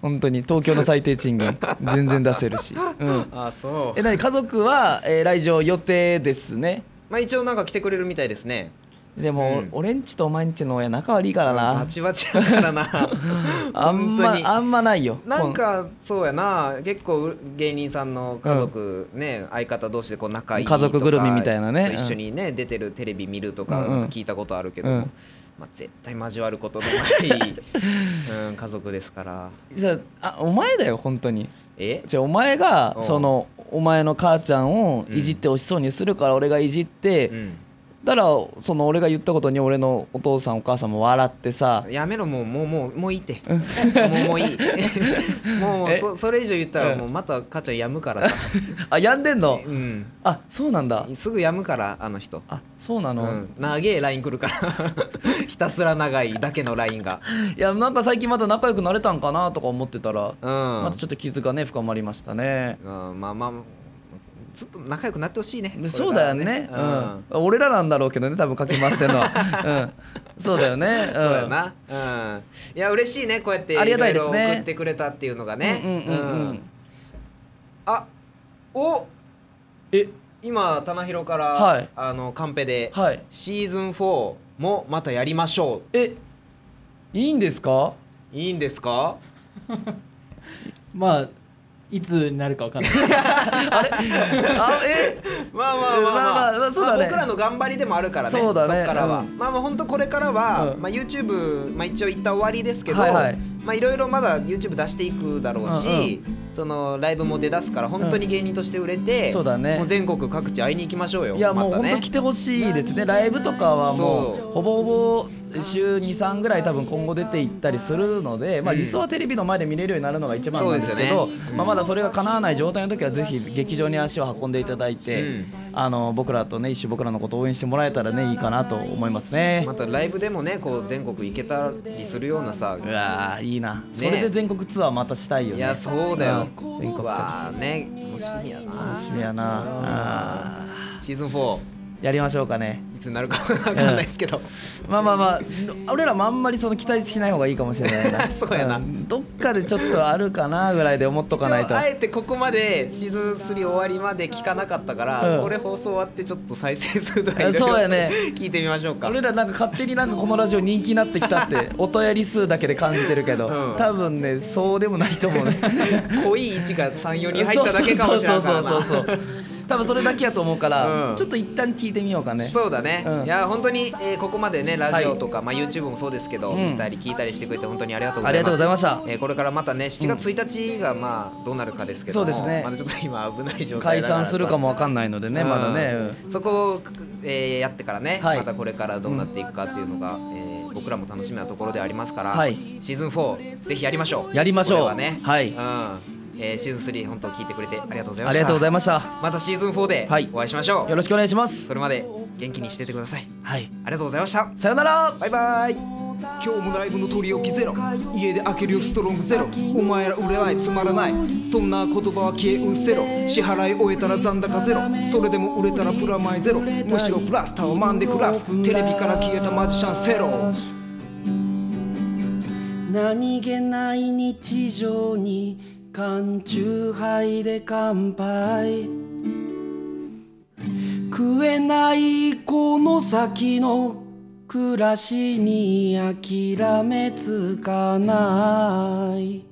[SPEAKER 1] 本当に東京の最低賃金全然出せるし、うん、
[SPEAKER 2] あそう
[SPEAKER 1] えなに家族は、えー来場予定ですね
[SPEAKER 2] まあ一応なんか来てくれるみたいですね
[SPEAKER 1] でも、
[SPEAKER 2] うん
[SPEAKER 1] 俺んちとお前んちの親仲悪いからな、
[SPEAKER 2] バチバチだからな
[SPEAKER 1] あんま
[SPEAKER 2] 本当に
[SPEAKER 1] あんまないよ
[SPEAKER 2] なんかそうやな結構芸人さんの家族ね、相方同士でこう仲いいとか
[SPEAKER 1] 家族ぐるみみたいなね
[SPEAKER 2] そう
[SPEAKER 1] うん
[SPEAKER 2] 一緒にね出てるテレビ見るとか
[SPEAKER 1] うんうん
[SPEAKER 2] なんか聞いたことあるけども、
[SPEAKER 1] うん
[SPEAKER 2] まあ、絶対交わることのない、 うん、家族ですから
[SPEAKER 1] じゃああお前だよ本当に
[SPEAKER 2] え
[SPEAKER 1] じゃあお前が
[SPEAKER 2] うん
[SPEAKER 1] そのお前の母ちゃんをいじっておしそうにするから俺がいじって、
[SPEAKER 2] うん
[SPEAKER 1] だからその俺が言ったことに俺のお父さんお母さんも笑ってさ
[SPEAKER 2] やめろもうもうもうもういいってもうもう いいもう
[SPEAKER 1] え
[SPEAKER 2] そそれ以上言った
[SPEAKER 1] う
[SPEAKER 2] ら
[SPEAKER 1] ん
[SPEAKER 2] もうまた母ちゃんやむから さ、
[SPEAKER 1] あやんでんの
[SPEAKER 2] うん、
[SPEAKER 1] あそうなんだ
[SPEAKER 2] すぐやむからあの人
[SPEAKER 1] あそうな
[SPEAKER 2] う
[SPEAKER 1] の、
[SPEAKER 2] ん、長え LINE 来るから ひたすら長いだけの LINE が
[SPEAKER 1] いやなんか最近また仲良くなれたんかなとか思ってたら、
[SPEAKER 2] うん
[SPEAKER 1] またちょっと傷がね深まりましたね
[SPEAKER 2] うん、まあまあずっと仲良くなってほしいね
[SPEAKER 1] でそうだよね
[SPEAKER 2] これからうん
[SPEAKER 1] うん、俺らなんだろうけどね多分かき回してんの は、うん、そうだよね、うん、
[SPEAKER 2] そうやな、うん、いや嬉しいねこうやって
[SPEAKER 1] ありがたい
[SPEAKER 2] い
[SPEAKER 1] で
[SPEAKER 2] ろ
[SPEAKER 1] す
[SPEAKER 2] い
[SPEAKER 1] ね
[SPEAKER 2] ろ送ってくれたっていうのがね
[SPEAKER 1] うんうんうん、う
[SPEAKER 2] うんん、あお
[SPEAKER 1] え
[SPEAKER 2] 今棚広から、
[SPEAKER 1] はい
[SPEAKER 2] あのカンペで、
[SPEAKER 1] はい
[SPEAKER 2] シーズン4もまたやりましょ
[SPEAKER 1] えいいんですか
[SPEAKER 2] ういいんですか
[SPEAKER 3] まあいつになるかわ かんない
[SPEAKER 1] あえ
[SPEAKER 2] まあまあまあま
[SPEAKER 1] まあ
[SPEAKER 2] あ、
[SPEAKER 1] まあまあそうだね
[SPEAKER 2] 僕らの頑張りでもあるからね
[SPEAKER 1] そうだね
[SPEAKER 2] っからは、
[SPEAKER 1] うん
[SPEAKER 2] まあまあ本当これからは、
[SPEAKER 1] うん
[SPEAKER 2] まあ、YouTube、まあ、一応一旦終わりですけど、
[SPEAKER 1] はいはい
[SPEAKER 2] まあいろいろまだ YouTube 出していくだろうし、
[SPEAKER 1] うんう
[SPEAKER 2] そのライブも出だすから本当に芸人として売れて、
[SPEAKER 1] そうだね
[SPEAKER 2] もう全国各地会いに行きましょうよ
[SPEAKER 1] いや
[SPEAKER 2] ま
[SPEAKER 1] もう
[SPEAKER 2] た
[SPEAKER 1] 本当
[SPEAKER 2] ね
[SPEAKER 1] 来てほしいですねライブとかはもう
[SPEAKER 2] そう
[SPEAKER 1] ほぼほぼ週23ぐらい多分今後出ていったりするので、まあ、
[SPEAKER 2] うん
[SPEAKER 1] 理想はテレビの前で見れるようになるのが一番なんですけど
[SPEAKER 2] そうですよね
[SPEAKER 1] まあ、まだそれが叶わない状態の時はぜひ劇場に足を運んでいただいて、
[SPEAKER 2] うん
[SPEAKER 1] あの僕らとね一緒僕らのことを応援してもらえたらねいいかなと思いますね
[SPEAKER 2] ま。たライブでもねこう全国行けたりするようなさ
[SPEAKER 1] うわーいいな、それで全国ツアーまたしたいよ
[SPEAKER 2] い
[SPEAKER 1] ね。
[SPEAKER 2] やそうだよ
[SPEAKER 1] うん全国各地
[SPEAKER 2] わあね楽しみやな
[SPEAKER 1] 楽しみやなあ
[SPEAKER 2] シーズン4
[SPEAKER 1] ーやりましょうかね
[SPEAKER 2] いつになるかわかんないですけど、
[SPEAKER 1] まあまあまあ俺らもあんまりその期待しない方がいいかもしれないな
[SPEAKER 2] そうやなん
[SPEAKER 1] どっかでちょっとあるかなぐらいで思っとかない
[SPEAKER 2] 一
[SPEAKER 1] と
[SPEAKER 2] 応あえてここまでシーズン3終わりまで聞かなかったから、
[SPEAKER 1] うん
[SPEAKER 2] これ放送終わってちょっと再生数とか
[SPEAKER 1] あ
[SPEAKER 2] いろいろ
[SPEAKER 1] そうやね
[SPEAKER 2] 聞いてみましょうか
[SPEAKER 1] 俺らなんか勝手になんかこのラジオ人気になってきたって 音やり数だけで感じてるけど、
[SPEAKER 2] うん
[SPEAKER 1] 多分ねそうでもないと思うね
[SPEAKER 2] 濃い位置が34人入っただけかもしれないからな
[SPEAKER 1] そうそうそうそう そう多分それだけやと思うから、
[SPEAKER 2] うん
[SPEAKER 1] ちょっと一旦聞いてみようかね
[SPEAKER 2] そうだね、
[SPEAKER 1] うん
[SPEAKER 2] いや本当に、えーここまでねラジオとか、
[SPEAKER 1] は
[SPEAKER 2] まあ、YouTube もそうですけど、
[SPEAKER 1] うん
[SPEAKER 2] 見たり聞いたりしてくれて本当にありがとうご
[SPEAKER 1] あ
[SPEAKER 2] ざ
[SPEAKER 1] り
[SPEAKER 2] い
[SPEAKER 1] がとう
[SPEAKER 2] ま
[SPEAKER 1] ご
[SPEAKER 2] す
[SPEAKER 1] ざいました
[SPEAKER 2] えーこれからまたね7月1日がまあどうなるかですけども
[SPEAKER 1] そうですね
[SPEAKER 2] まだちょっと今危ない状
[SPEAKER 1] 解
[SPEAKER 2] 態だから
[SPEAKER 1] 散
[SPEAKER 2] さ
[SPEAKER 1] するかもわかんないのでね、まだね、
[SPEAKER 2] う
[SPEAKER 1] うんん
[SPEAKER 2] そこを、えーやってからね、
[SPEAKER 1] はい
[SPEAKER 2] またこれからどうなっていくかっていうのが、えー僕らも楽しみなところではありますから、
[SPEAKER 1] はい
[SPEAKER 2] シーズン4ぜひやりましょう
[SPEAKER 1] やりましょう
[SPEAKER 2] これはね、
[SPEAKER 1] はい
[SPEAKER 2] うんえーシーズン3本当聞いてくれてありがとうございました
[SPEAKER 1] ありがとうございました
[SPEAKER 2] またシーズン4で
[SPEAKER 1] はい
[SPEAKER 2] お会いしましょう、
[SPEAKER 1] よろしくお願いします
[SPEAKER 2] それまで元気にしててください
[SPEAKER 1] はい
[SPEAKER 2] ありがとうございました
[SPEAKER 1] さよなら
[SPEAKER 2] バイバイ今日もライブの取り置きゼロ家で開けるよストロングゼロお前ら売れないつまらないそんな言葉は消えうせろ支払い終えたら残高ゼロそれでも売れたらプラマイゼロむしろプラスタワマンで暮らすテレビから消えたマジシャンセロ
[SPEAKER 4] 何気ない日常に缶中杯で乾杯食えないこの先の暮らしに諦めつかない